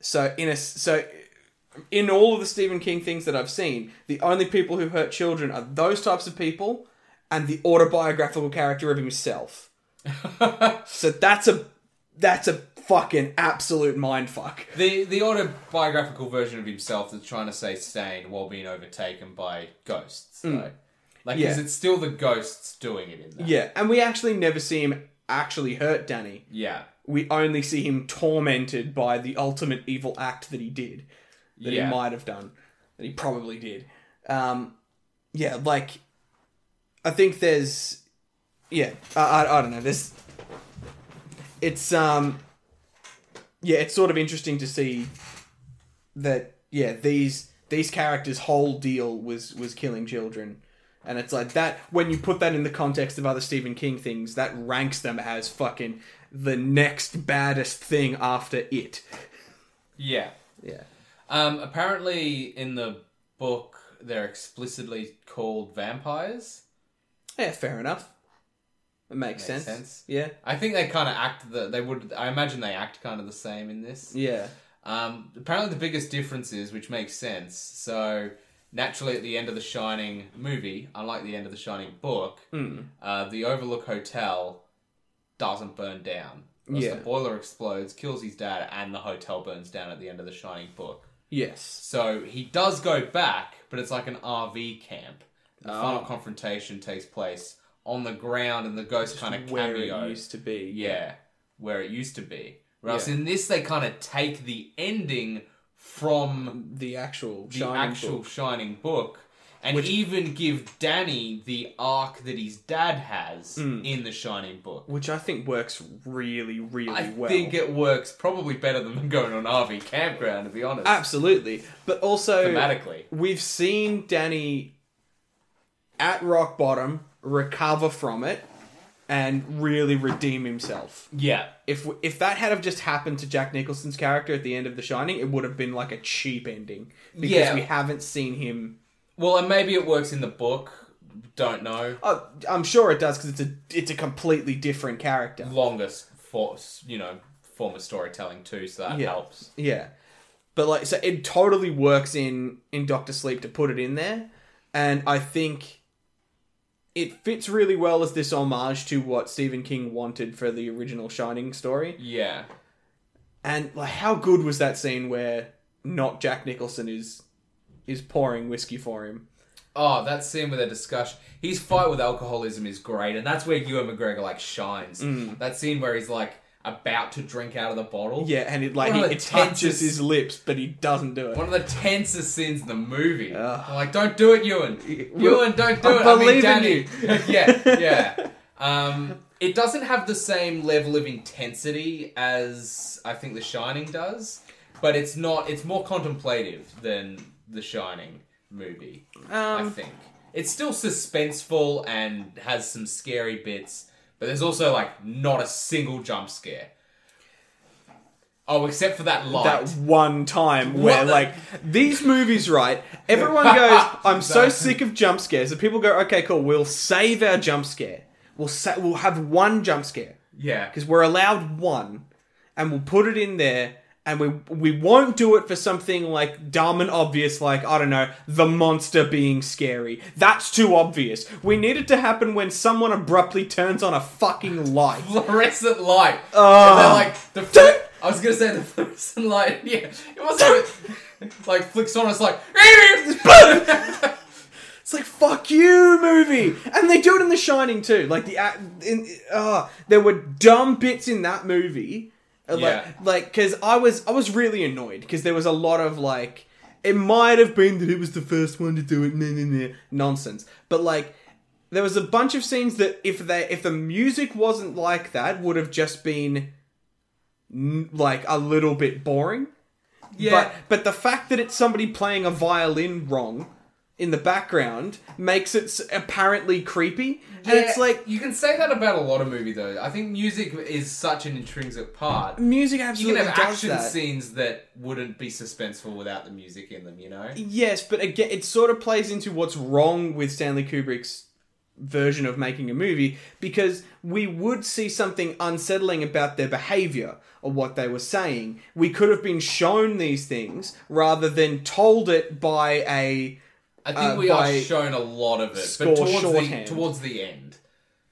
so in a so in all of the Stephen King things that I've seen, the only people who hurt children are those types of people and the autobiographical character of himself. so that's a that's a fucking absolute mindfuck.
The the autobiographical version of himself that's trying to say sane while being overtaken by ghosts. Though. Like,
Mm.
because
Yeah.
it's still the ghosts doing it in that.
Yeah, and we actually never see him actually hurt Danny.
Yeah.
We only see him tormented by the ultimate evil act that he did. That
Yeah.
he might have done. That he probably did. Um, yeah, like I think there's yeah, I, I, I don't know. There's it's um yeah, it's sort of interesting to see that yeah these these characters' whole deal was was killing children, and it's like that when you put that in the context of other Stephen King things, that ranks them as fucking the next baddest thing after it.
Yeah.
Yeah.
Um, apparently, in the book, they're explicitly called vampires.
Yeah, fair enough. It makes,
Makes
sense.
sense.
Yeah.
I think they kind of act the they would. I imagine they act kind of the same in this.
Yeah.
Um, apparently, the biggest difference is, which makes sense. So naturally, at the end of the Shining movie, unlike the end of the Shining book, uh, the Overlook Hotel doesn't burn down. Whereas
Yeah.
The boiler explodes, kills his dad, and the hotel burns down at the end of the Shining book.
Yes.
So he does go back, but it's like an RV camp. The
Oh.
final confrontation takes place on the ground, and the ghost kind of
Where
cameos.
it used to be.
Yeah, where it used to be. Whereas
Yeah.
in this, they kind of take the ending from
The actual
the
Shining
actual
book.
Shining book, and even give Danny the arc that his dad has
Hmm.
in the Shining book.
which I think works really, really
I
well.
think it works probably better than (laughs) going on RV campground, to be honest.
Absolutely, but also
Thematically.
we've seen Danny at rock bottom recover from it and really redeem himself.
Yeah.
If if that had have just happened to Jack Nicholson's character at the end of The Shining, it would have been like a cheap ending because
Yeah.
we haven't seen him.
Well, and maybe it works in the book. Don't know.
Oh, I'm sure it does because it's a it's a completely different character.
Longest, for, you know, form of storytelling too, so that
Yeah.
helps.
Yeah. But like so it totally works in in Doctor Sleep to put it in there and I think it fits really well as this homage to what Stephen King wanted for the original Shining story.
Yeah.
And like how good was that scene where not Jack Nicholson is is pouring whiskey for him.
Oh, that scene with their discussion. His fight with alcoholism is great, and that's where Ewan McGregor like shines. That scene where he's like about to drink out of the bottle.
Yeah, and it like
One
he,
of the
it touches
tensest-
his lips but he doesn't do it.
One of the tensest scenes in the movie.
Ugh.
I'm like, don't do it, Ewan.
(laughs) Well,
Ewan, don't do
I
it. I mean,
believe in
Danny.
you.
(laughs) yeah,
(laughs)
yeah. Um, it doesn't have the same level of intensity as I think The Shining does, but it's not. It's more contemplative than The Shining movie. I
Um,
think. It's still suspenseful and has some scary bits, but there's also like not a single jump scare. Oh, except for that light.
that one time where
What the-
like these movies right everyone goes i'm so sick of jump scares and people go okay cool we'll save our jump scare we'll sa- we'll have one jump scare
yeah.
because we're allowed one and we'll put it in there and we we won't do it for something like dumb and obvious like i don't know the monster being scary that's too obvious we need it to happen when someone abruptly turns on a fucking light
Fluorescent light.
Oh.
And they're like the fl- I was gonna say the fluorescent light. (laughs) Yeah, it wasn't (laughs) like flicks on. It's like
It's like fuck you, movie, and they do it in The Shining too. Like the act- in, uh, there were dumb bits in that movie, Uh,
Yeah.
like like because I was I was really annoyed because there was a lot of like it might have been that it was the first one to do it, nah, nah, nah, nonsense, but like there was a bunch of scenes that if they if the music wasn't like that would have just been n- like a little bit boring.
yeah.
But but the fact that it's somebody playing a violin wrong in the background makes it s- apparently creepy, and it's
Yeah,
like
you can say that about a lot of movie though. I think music is such an intrinsic part.
music
You
absolutely
can have
does
action
that.
scenes that wouldn't be suspenseful without the music in them, you know?
Yes, but again, it sort of plays into what's wrong with Stanley Kubrick's version of making a movie because we would see something unsettling about their behavior or what they were saying. We could have been shown these things rather than told it by a
I think
Uh,
we are
by
shown a lot of it,
score
but towards the,
shorthand.
towards the end.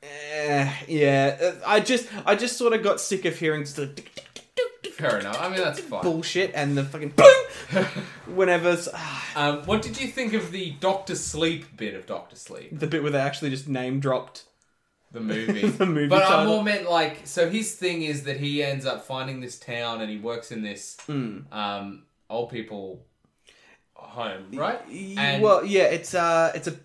Eh, yeah, uh, I just I just sort of got sick of hearing just the tick, tick, tick, tick, tick
Fair enough. I mean, that's fine.
bullshit and the fucking boom (laughs) whenever it's- ah,
Um, what did you think of the Doctor Sleep bit of Doctor Sleep,
the bit where they actually just name dropped.
the movie?
(laughs) The movie
But I
title.
more meant like, so his thing is that he ends up finding this town and he works in this
Hmm.
um, old people home, right? And
well, yeah, it's uh it's a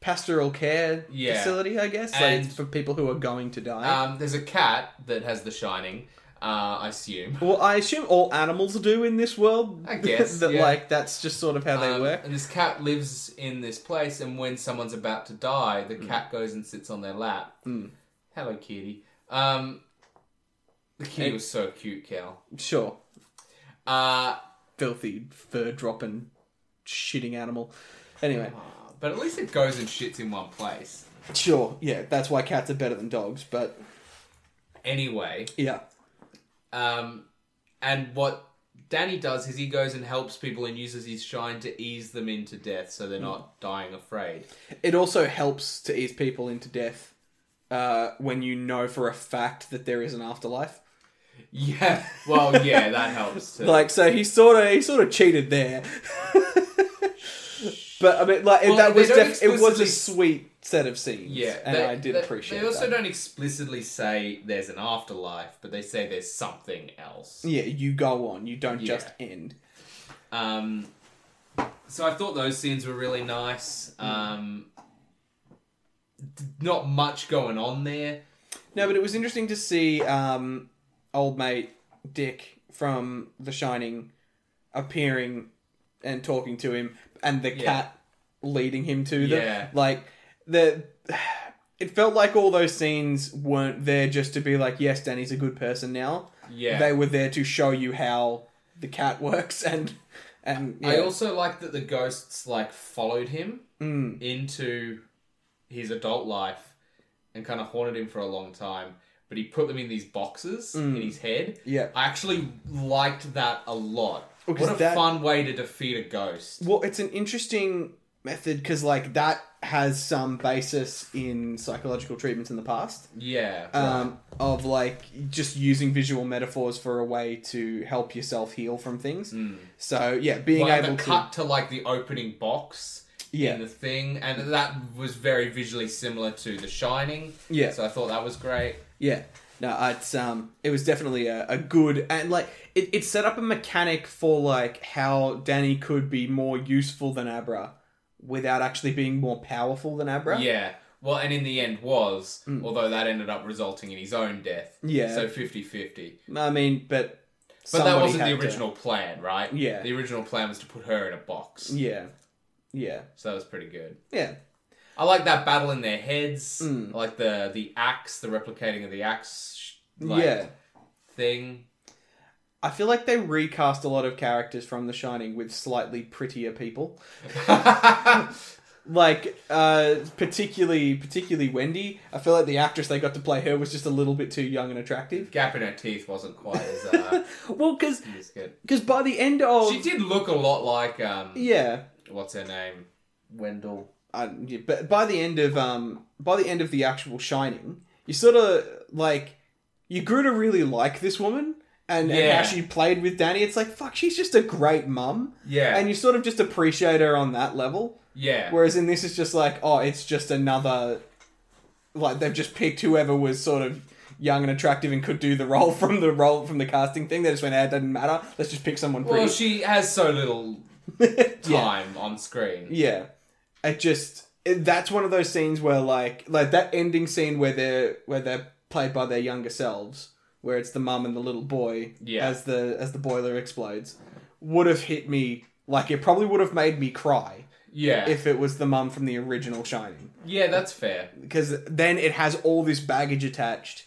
pastoral care
Yeah.
facility, I guess, like
And- Uh,
it's for people who are going to die.
um, there's a cat that has The Shining. Uh, I assume.
Well, I assume all animals do in this world.
I
(laughs)
guess,
that
yeah.
like that's just sort of how they
Um,
work.
And this cat lives in this place, and when someone's about to die, the
Hmm.
cat goes and sits on their lap.
Mm.
Hello, kitty. Um, the kitty
Hey.
was so cute, Cal.
Sure,
Uh,
filthy fur dropping, shitting animal. Anyway,
but at least it goes and shits in one place.
sure, yeah, that's why cats are better than dogs. But
Anyway,
yeah,
um, and what Danny does is he goes and helps people and uses his shine to ease them into death, so
Hmm.
they're not dying afraid.
it also helps to ease people into death uh, when you know for a fact that there is an afterlife.
Yeah. (laughs) Well, yeah, that helps too.
Like, so he sort of he sort of cheated there. (laughs) but I mean, like
Well,
that
they
was
don't
def- it was
explicitly-
a sweet set of scenes.
Yeah,
and
they-
I did
they-
appreciate.
They also
that.
don't explicitly say there's an afterlife, but they say there's something else.
Yeah, you go on. You don't
Yeah.
just end.
Um, so I thought those scenes were really nice.
Hmm.
Um, d- not much going on there.
No, but it was interesting to see um, old mate Dick from The Shining appearing and talking to him, and the
Yeah.
cat leading him to them.
Yeah.
Like the. It felt like all those scenes weren't there just to be like, yes, Danny's a good person now.
Yeah.
They were there to show you how the cat (laughs) works and and yeah.
I also like that the ghosts like followed him
Mm.
into his adult life and kind of haunted him for a long time. But he put them in these boxes in his head.
Mm. Yeah.
I actually liked that a lot.
Well, 'cause
what a
that-
fun way to defeat a ghost.
Well, it's an interesting method because, like, that has some basis in psychological treatments in the past
Yeah.
um, of like just using visual metaphors for a way to help yourself heal from things. So yeah, being
well, and
able
the
to
cut to Hmm. like the opening box
yeah
in the thing, and that was very visually similar to The Shining.
Yeah.
So I thought that was great.
yeah. No, it's um, it was definitely a, a good and like it, it set up a mechanic for like how Danny could be more useful than Abra without actually being more powerful than Abra.
Yeah. Well, and in the end was, although that ended up resulting in his own death.
Hmm. Yeah.
So 50 50.
I mean, but
But that wasn't the original plan, right?
Yeah.
The original plan was to put her in a box.
Yeah, yeah,
So that was pretty good.
yeah.
I like that battle in their heads.
Hmm.
I like the the axe, the replicating of the axe sh- like,
Yeah.
thing. (laughs)
I feel like they recast a lot of characters from The Shining with slightly prettier people, like uh, particularly particularly Wendy. I feel like the actress they got to play her was just a little bit too young and attractive.
Gap in her teeth wasn't quite
(laughs)
as uh,
Well, because
as good.
by the end of
She did look a lot like um,
yeah,
what's her name, Wendell.
I, yeah, but by the end of um by the end of the actual Shining, you sort of like you grew to really like this woman. And, and
Yeah.
how she played with Danny, it's like fuck. She's just a great mum,
Yeah,
and you sort of just appreciate her on that level.
yeah,
Whereas in this, it's just like, oh, it's just another. Like they've just picked whoever was sort of young and attractive and could do the role (laughs) from the role from the casting thing. They just went, ah, it doesn't matter. Let's just pick someone
well,
pretty.
she has so little
(laughs) yeah.
time on screen.
yeah, it just it, that's one of those scenes where like like that ending scene where they're where they're played by their younger selves, where it's the mum and the little boy
Yeah.
as the as the boiler explodes, would have hit me like it probably would have made me cry
Yeah,
if it was the mum from the original Shining.
yeah, that's fair.
because then it has all this baggage attached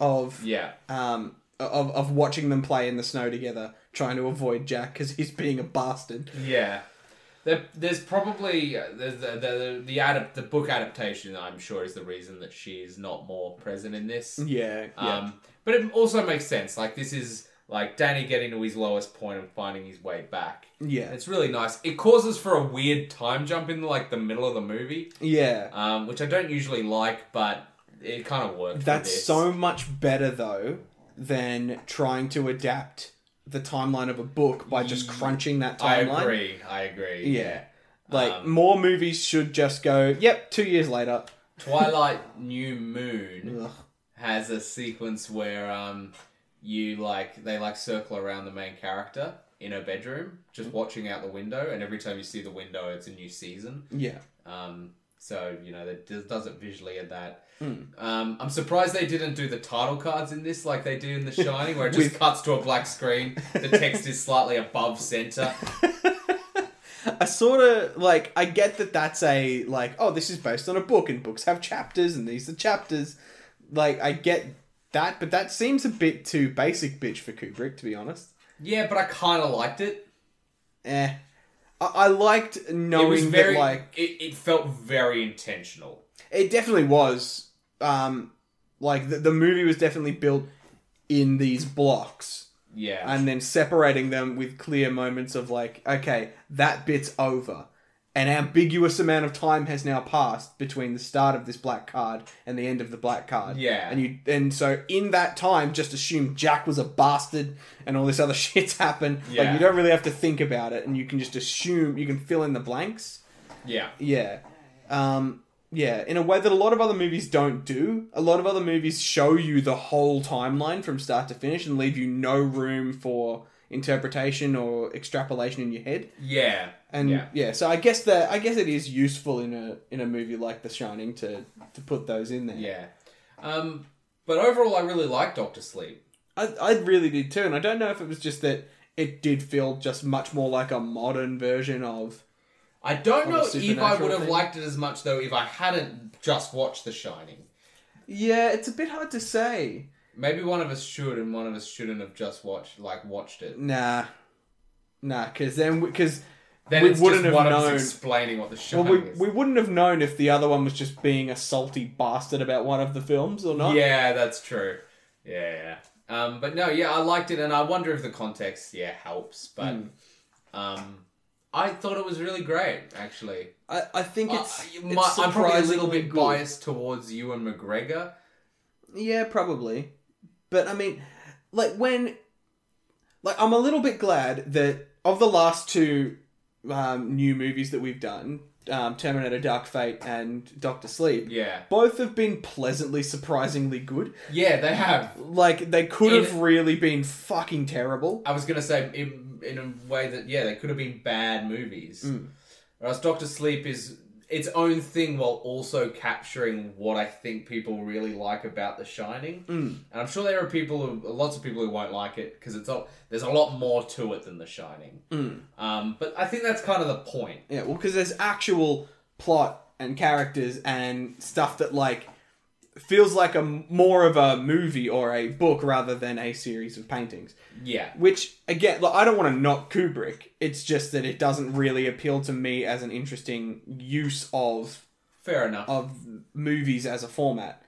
of
Yeah,
um of of watching them play in the snow together, trying to avoid Jack because he's being a bastard.
yeah. There, there's probably uh, there's the the the, adapt, the book adaptation. I'm sure is the reason that she's not more present in this.
Yeah, Mm, yeah,
Um, but it also makes sense. Like this is like Danny getting to his lowest point and finding his way back.
Mm, yeah,
It's really nice. It causes for a weird time jump in like the middle of the movie,
yeah.
um, which I don't usually like, but it kind of worked.
That's
for this.
so much better though than trying to adapt the timeline of a book by just crunching that
I
timeline.
agree. Um, I agree.
Yeah. (laughs) Like more movies should just go. Yep, two years later.
Twilight New Moon
Ugh.
has a sequence where um, you like they like circle around the main character in her
Mm-hmm.
bedroom, just watching out the window, and every time you see the window, it's a new season.
Yeah,
Um, So you know that does- does it visually at that.
Mm.
Um, I'm surprised they didn't do the title cards in this like they do
(laughs)
in The Shining, where it just
With-
cuts to a black screen. The text is slightly above
(laughs)
center.
I sort of like I get that that's a like oh this is based on a book and books have chapters and these are chapters. Like I get that, but that seems a bit too basic bitch for Kubrick to be honest.
Yeah, but I kind of liked it.
Eh. I, I liked
It
knowing
was very.
that like
it, it felt very intentional.
it definitely was um like the, the movie was definitely built in these blocks
Yeah.
and then separating them with clear moments of like okay that bit's over an ambiguous amount of time has now passed between the start of this black card and the end of the black card
Yeah.
and you and so in that time just assume jack was a bastard and all this other (laughs) shit's happened like
Yeah.
you don't really have to think about it and you can just assume you can fill in the blanks
yeah.
yeah. Um, yeah, in a way that a lot of other movies don't do. A lot of other movies show you the whole timeline from start to finish and leave you no room for interpretation or extrapolation in your head.
Yeah.
And yeah,
Yeah.
so I guess that I guess it is useful in a in a movie like The Shining to to put those in there.
Yeah. Um, but overall, I really like Doctor Sleep.
I I really did too, and I don't know if it was just that it did feel just much more like a modern version of
I don't
Or
know
the
if I would
supernatural
have
thing.
liked it as much though if I hadn't just watched The Shining.
Yeah, it's a bit hard to say.
Maybe one of us should and one of us shouldn't have just watched like watched it.
Nah. Nah, cuz then because
Then
We
it's
wouldn't have
just one of
known.
us explaining what The
Well,
Shining
we,
is.
we wouldn't have known if the other one was just being a salty bastard about one of the films or not.
Yeah, that's true. Yeah, yeah. Um, but no, yeah, I liked it, and I wonder if the context, yeah, helps. But
Hmm.
um, I thought it was really great, actually.
I, I think it's,
I,
it's
my, Uh, I'm probably a little
surprisingly
bit
good.
biased towards you and McGregor.
Yeah, probably. But I mean, like when, like I'm a little bit glad that of the last two um, new movies that we've done, um, Terminator: Dark Fate and Doctor Sleep,
Yeah,
both have been pleasantly surprisingly good.
yeah, they have.
Like they could
In-
have really been fucking terrible.
I was gonna say in, in a way that yeah, they could have been bad movies. Whereas Doctor Sleep is its own thing while also capturing what I think people really like about The Shining. Mm. And I'm sure there are people, who, lots of people who won't like it because it's a, there's a lot more to it than The Shining. Um, but I think that's kind of the point.
Yeah, well, because there's actual plot and characters and stuff that like feels like a more of a movie or a book rather than a series of paintings.
Yeah,
Which again, look, I don't want to knock Kubrick. It's just that it doesn't really appeal to me as an interesting use of
fair enough.
of movies as a format.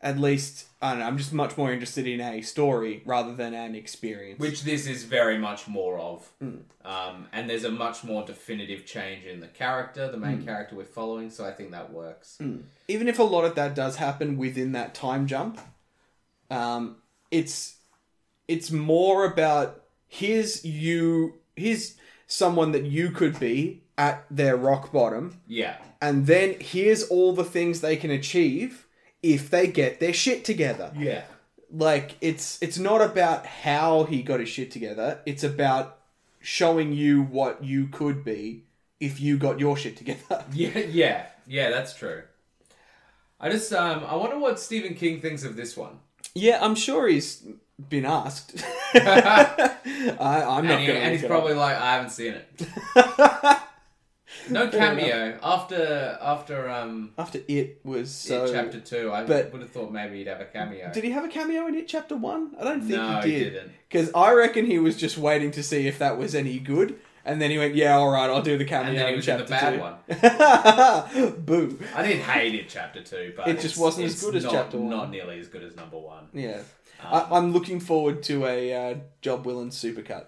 At least I don't know. I'm just much more interested in a story rather than an experience.
Which this is very much more of. Um, and there's a much more definitive change in the character, the main character we're following, so I think that works.
even if a lot of that does happen within that time jump, um, it's it's more about here's you here's someone that you could be at their rock bottom,
Yeah.
and then here's all the things they can achieve if they get their shit together.
Yeah.
Like it's it's not about how he got his shit together. It's about showing you what you could be if you got your shit together. (laughs)
Yeah, yeah, yeah. That's true. I just, um, I wonder what Stephen King thinks of this one.
Yeah, I'm sure he's been
(laughs)
asked. (laughs) I, I'm not
And,
going
he-
to.
and he's probably like, I haven't
(laughs)
seen it. No cameo after after um
after it was so.
it chapter two. I
but-
would have thought maybe he'd have a cameo.
Did he have a cameo in it chapter one? I don't think
no,
he did.
didn't.
Because I reckon he was just waiting to see if that was any good, and then he went, "Yeah, all right, I'll do the cameo
And then he
in
was in the
chapter
bad
two."
one.
(laughs) Boo.
I didn't hate it, chapter two, but
It just
it's-
wasn't as
it's
good as
not-
chapter one.
Not nearly as good as number one.
Yeah, I, I'm looking forward to a uh, Job Willen supercut.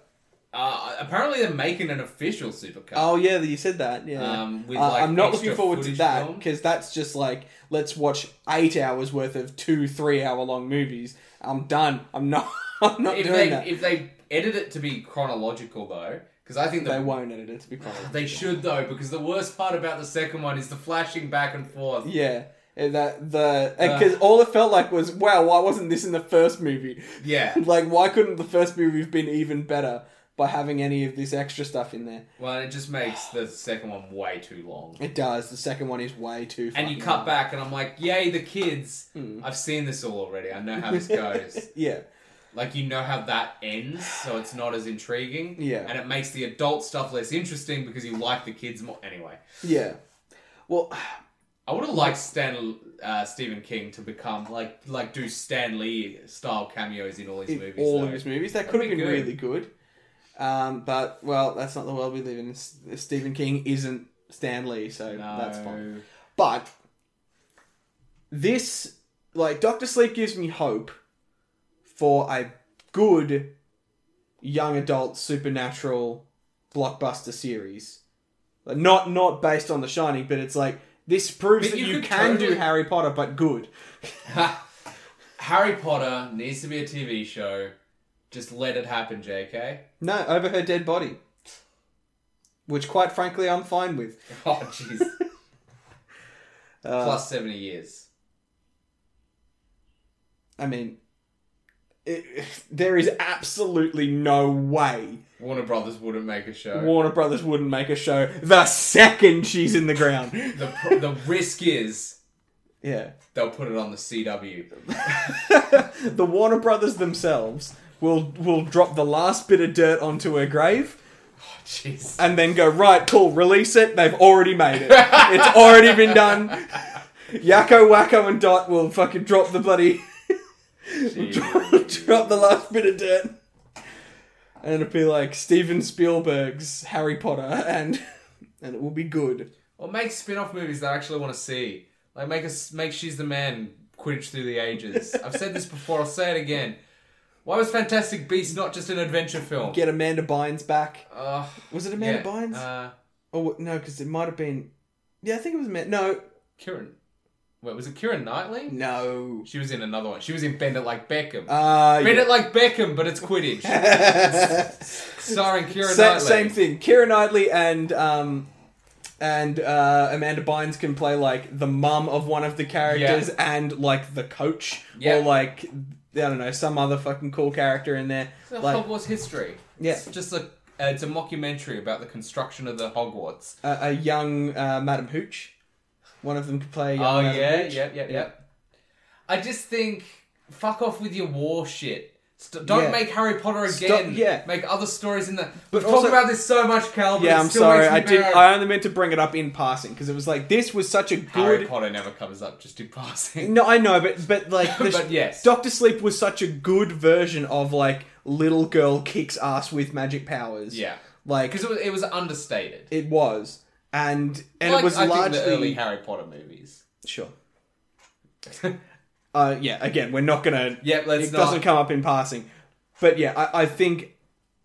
Uh, apparently, they're making an official supercut.
Oh yeah, you said that. Yeah,
Um, with,
Uh,
like,
I'm not
extra
looking forward to
footage
that
filmed.
because that's just like let's watch eight hours worth of two three hour long movies. I'm done. I'm not. (laughs) I'm not
if
doing
they
that.
if they edit it to be chronological though, because I think the
they won't edit it to be chronological.
They should though, because the worst part about the second one is the flashing back and forth.
Yeah. And That the
Uh.
because all it felt like was wow why wasn't this in the first movie (laughs)
Yeah,
like why couldn't the first movie have been even better by having any of this extra stuff in there.
Well, it just makes the second one way too long.
It does. The second one is way too.
And you
fucking
cut
long.
back, and I'm like, yay, the kids.
Mm.
I've seen this all already. I know how
(laughs)
this goes.
Yeah,
like, you know how that ends, so it's not as intriguing.
Yeah.
And it makes the adult stuff less interesting because you like the kids more. Anyway,
yeah. Well,
I would have liked Stan, uh, Stephen King to become, like, like do Stan Lee style cameos in all his
in
movies.
all
though.
of his movies. That could have been
That'd be good.
really good. Um, but well, that's not the world we live in. S- Stephen King isn't Stan Lee, so
No.
that's fine. But this, like Doctor Sleep, gives me hope for a good young adult supernatural blockbuster series. Like, Not not based on The Shining, but it's like this proves
But
that
you
you,
could
can do
totally-
Harry Potter, but good.
Harry Potter needs to be a TV show. Just let it happen, JK.
No, over her dead body. Which, quite frankly, I'm fine with.
(laughs) Oh, jeez. Plus 70 years.
I mean, it, (laughs) there is absolutely no way
Warner Brothers wouldn't make a show.
Warner Brothers wouldn't make a show the second she's in the
(laughs)
ground.
the, pr- the risk is
yeah.
they'll put it on the CW.
the Warner Brothers themselves will will drop the last bit of dirt onto her grave
Oh, jeez.
and then go, right, cool, release it. They've already made it. it's already been done. Yakko, Wacko, and Dot will fucking drop the bloody. (laughs) drop the last bit of dirt. And it'll be like Steven Spielberg's Harry Potter, and (laughs) and it will be good.
Or make spin-off movies that I actually want to see. Like make us make She's the Man Quidditch through the ages. I've said this before. I'll say it again. Why was Fantastic Beasts not just an adventure film?
Get Amanda Bynes back.
Ugh,
Was it Amanda
yeah,
Bynes?
Uh,
oh no, because it might have been. Yeah, I think it was Amanda. No,
Kieran. Wait, was it Kieran Knightley?
no.
She was in another one. She was in Bend It Like Beckham.
Uh,
Bend
yeah.
It Like Beckham, but it's Quidditch.
(laughs)
(laughs) Starring Kieran
Sa-
Knightley.
same thing. Kira Knightley and um, and uh, Amanda Bynes can play like the mum of one of the characters and like the coach
Yeah.
or like I don't know some other fucking cool character in there.
It's
like
Hogwarts history.
Yeah.
It's just a uh, it's a mockumentary about the construction of the Hogwarts.
a, a young uh, Madam Hooch. One of them could play. a young
Oh
Madam
yeah,
Hooch.
yep, yep, yep. I just think fuck off with your war shit. St- don't
Yeah.
make Harry Potter again.
Stop- yeah.
Make other stories in the.
But
But
also-
talk about this so much, Cal. But
Yeah,
it
I'm
still
sorry.
Makes me
I did.
mad.
I only meant to bring it up in passing because it was like this was such a
Harry
good.
Potter never comes up just
(laughs)
in passing.
No, I know, but but
(laughs)
like, the
But yes.
Doctor Sleep was such a good version of like little girl kicks ass with magic powers.
Yeah,
like
because it was, it was understated.
it was, and and
like,
it was
I
largely
think the early Harry Potter movies. (laughs)
sure. Uh, yeah, again, we're not gonna.
Yep, let's
it
not.
doesn't come up in passing, but yeah, I, I think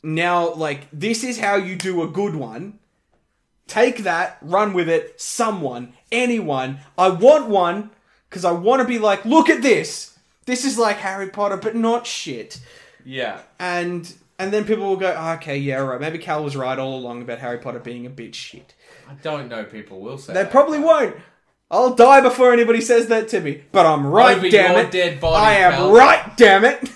now like this is how you do a good one. Take that, run with it. Someone, anyone, I want one because I want to be like, look at this. This is like Harry Potter, but not shit.
yeah,
And and then people will go, "Oh, okay, yeah, all right. Maybe Cal was right all along about Harry Potter being a bit shit.
I don't know. People will say
They
that.
probably won't. I'll die before anybody says that to me. But I'm right,
Over
damn
your
it.
dead body,
I am
Cal.
right, damn it.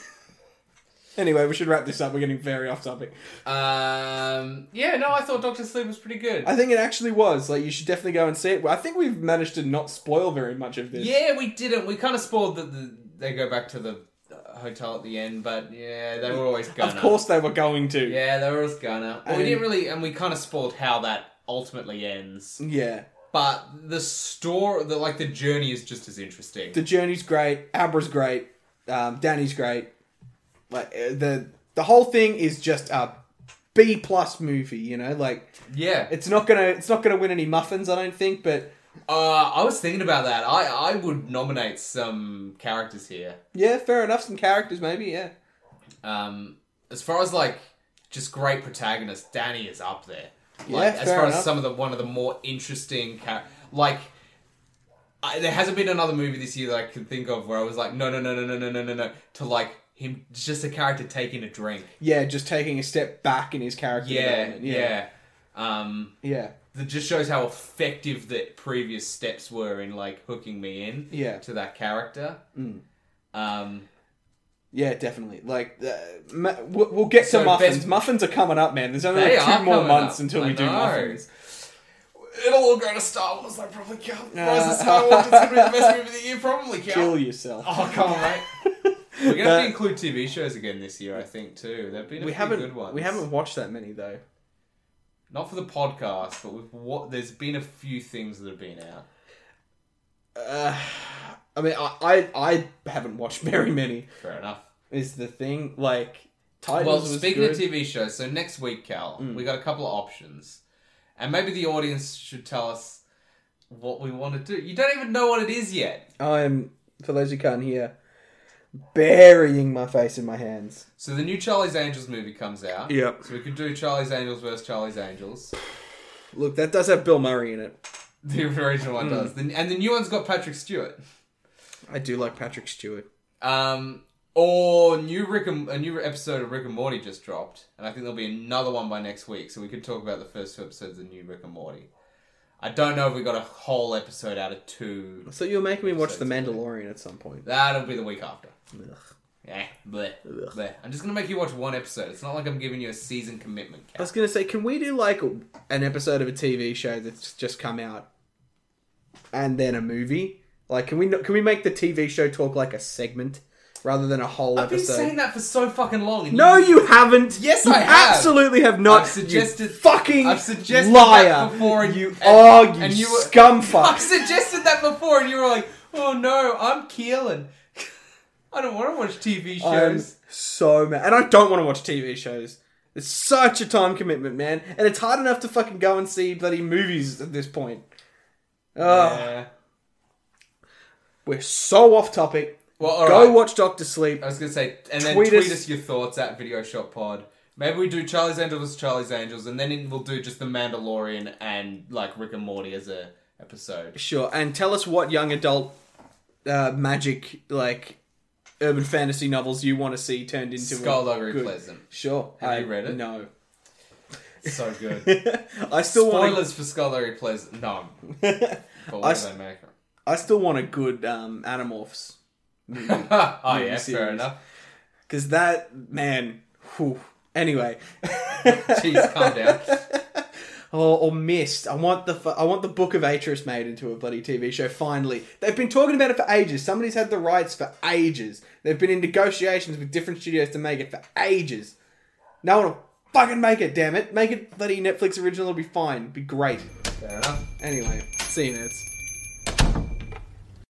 (laughs) anyway, we should wrap this up. We're getting very off topic.
Um, yeah, no, I thought Doctor Sleep was pretty good.
I think it actually was. Like, you should definitely go and see it. I think we've managed to not spoil very much of this.
yeah, we didn't. We kind of spoiled that the, they go back to the uh, hotel at the end, but yeah, they were always gonna.
Of course they were going to.
Yeah, they were always gonna. Well,
And-
we didn't really, and we kind of spoiled how that ultimately ends.
Yeah.
But the store, the like the journey is just as interesting.
The journey's great. Abra's great. Um, Danny's great. Like, uh, the, the whole thing is just a B plus movie, you know? Like,
yeah,
it's not gonna, it's not gonna win any muffins, I don't think, but
uh, I was thinking about that. I I would nominate some characters here.
Yeah, fair enough. Some characters, maybe. Yeah,
Um, as far as like just great protagonists, Danny is up there.
Yeah,
Like, as
fair
far
enough.
as some of the one of the more interesting characters, like I, there hasn't been another movie this year that I can think of where I was like, no, no, no, no, no, no, no, no, no, to like him just a character taking a drink.
yeah. Just taking a step back in his character.
Yeah,
development,
yeah. Um,
yeah,
that just shows how effective the previous steps were in like hooking me in
Yeah.
to that character. Um,
Yeah, definitely. Like, uh, ma- we'll, we'll get
So
to muffins.
best-
Muffins are coming up, man. There's only
They
like
are
two more
coming
months
up.
until
I
we do
know.
muffins.
It'll all go to Star Wars. I probably can't. Rise of
Uh,
Skywalker is going to be the best movie of the year. Probably can't.
Kill yourself.
Oh, come on,
(laughs)
(laughs) mate. We're going to have
But
to include TV shows again this year, I think, too. There've been a
we
few
haven't.
good ones.
We haven't watched that many though.
Not for the podcast, but with what there's been a few things that have been out.
Uh, I mean, I, I I haven't watched (laughs) very many.
Fair enough.
Is the thing like titles?
Well,
was
speaking
good. Mm.
of TV shows, so next week, Cal, we got a couple of options, and maybe the audience should tell us what we want to do. You don't even know what it is yet.
I'm for those who can't hear, burying my face in my hands.
So the new Charlie's Angels movie comes out.
Yep.
So we could do Charlie's Angels versus Charlie's Angels. (laughs)
Look, that does have Bill Murray in it.
The original
Mm.
one does, The- and the new one's got Patrick Stewart.
I do like Patrick Stewart.
Um, or new Rick and a new episode of Rick and Morty just dropped, and I think there'll be another one by next week, so we could talk about the first two episodes of the new Rick and Morty. I don't know if we got a whole episode out of two.
So you're making me watch The
Episodes, yeah.
Mandalorian at some point.
That'll be the week after.
Ugh.
Yeah, bleh,
Ugh.
bleh. I'm just gonna make you watch one episode. It's not like I'm giving you a season commitment.
I
Cal.
was gonna say, can we do like an episode of a TV show that's just come out, and then a movie? Like, can we not, can we make the TV show talk like a segment rather than a whole
I've been
episode?
saying that for so fucking long. and (laughs)
no, you haven't.
Yes,
You
I have.
Absolutely have not.
I've
you
suggested-
fucking
I've suggested
liar
that before, and
you
and-
are you,
and you were- (laughs)
scum
I
fuck.
suggested that before, and you were like, "Oh no, I'm keeling. (laughs) I don't want to watch TV
I'm
shows."
so mad, and I don't want to watch TV shows. It's such a time commitment, man, and it's hard enough to fucking go and see bloody movies at this point. Ugh.
Yeah.
We're so off topic.
Well, all
Go
right.
watch Doctor Sleep.
I was gonna say, and then
Tweet
tweet,
us-
us. your thoughts at Video Shop Pod. Maybe we do Charlie's Angels, Charlie's Angels, and then we'll do just the Mandalorian and like Rick and Morty as a episode.
Sure, and tell us what young adult uh, magic, like urban fantasy novels, you want to see turned into. a
Skullduggery
good-
Pleasant.
Sure.
Have
I
you read it?
No. (laughs)
So (laughs) good.
I still want. (laughs)
Spoilers for Skullduggery Pleasant.
A,
No, but
I
what do
s-
they make?
I still want a good um, Animorphs
(laughs) oh yeah, fair
series.
enough.
because that man. Whew. Anyway.
Jeez, calm down.
Or, or missed. I want the fu- I want the Book of Atreus made into a bloody TV show. Finally, they've been talking about it for ages. Somebody's had the rights for ages. They've been in negotiations with different studios to make it for ages. No one will fucking make it. Damn it, make it bloody Netflix original. It'll be fine. It'll be great.
Fair enough.
Anyway, see you, nerds.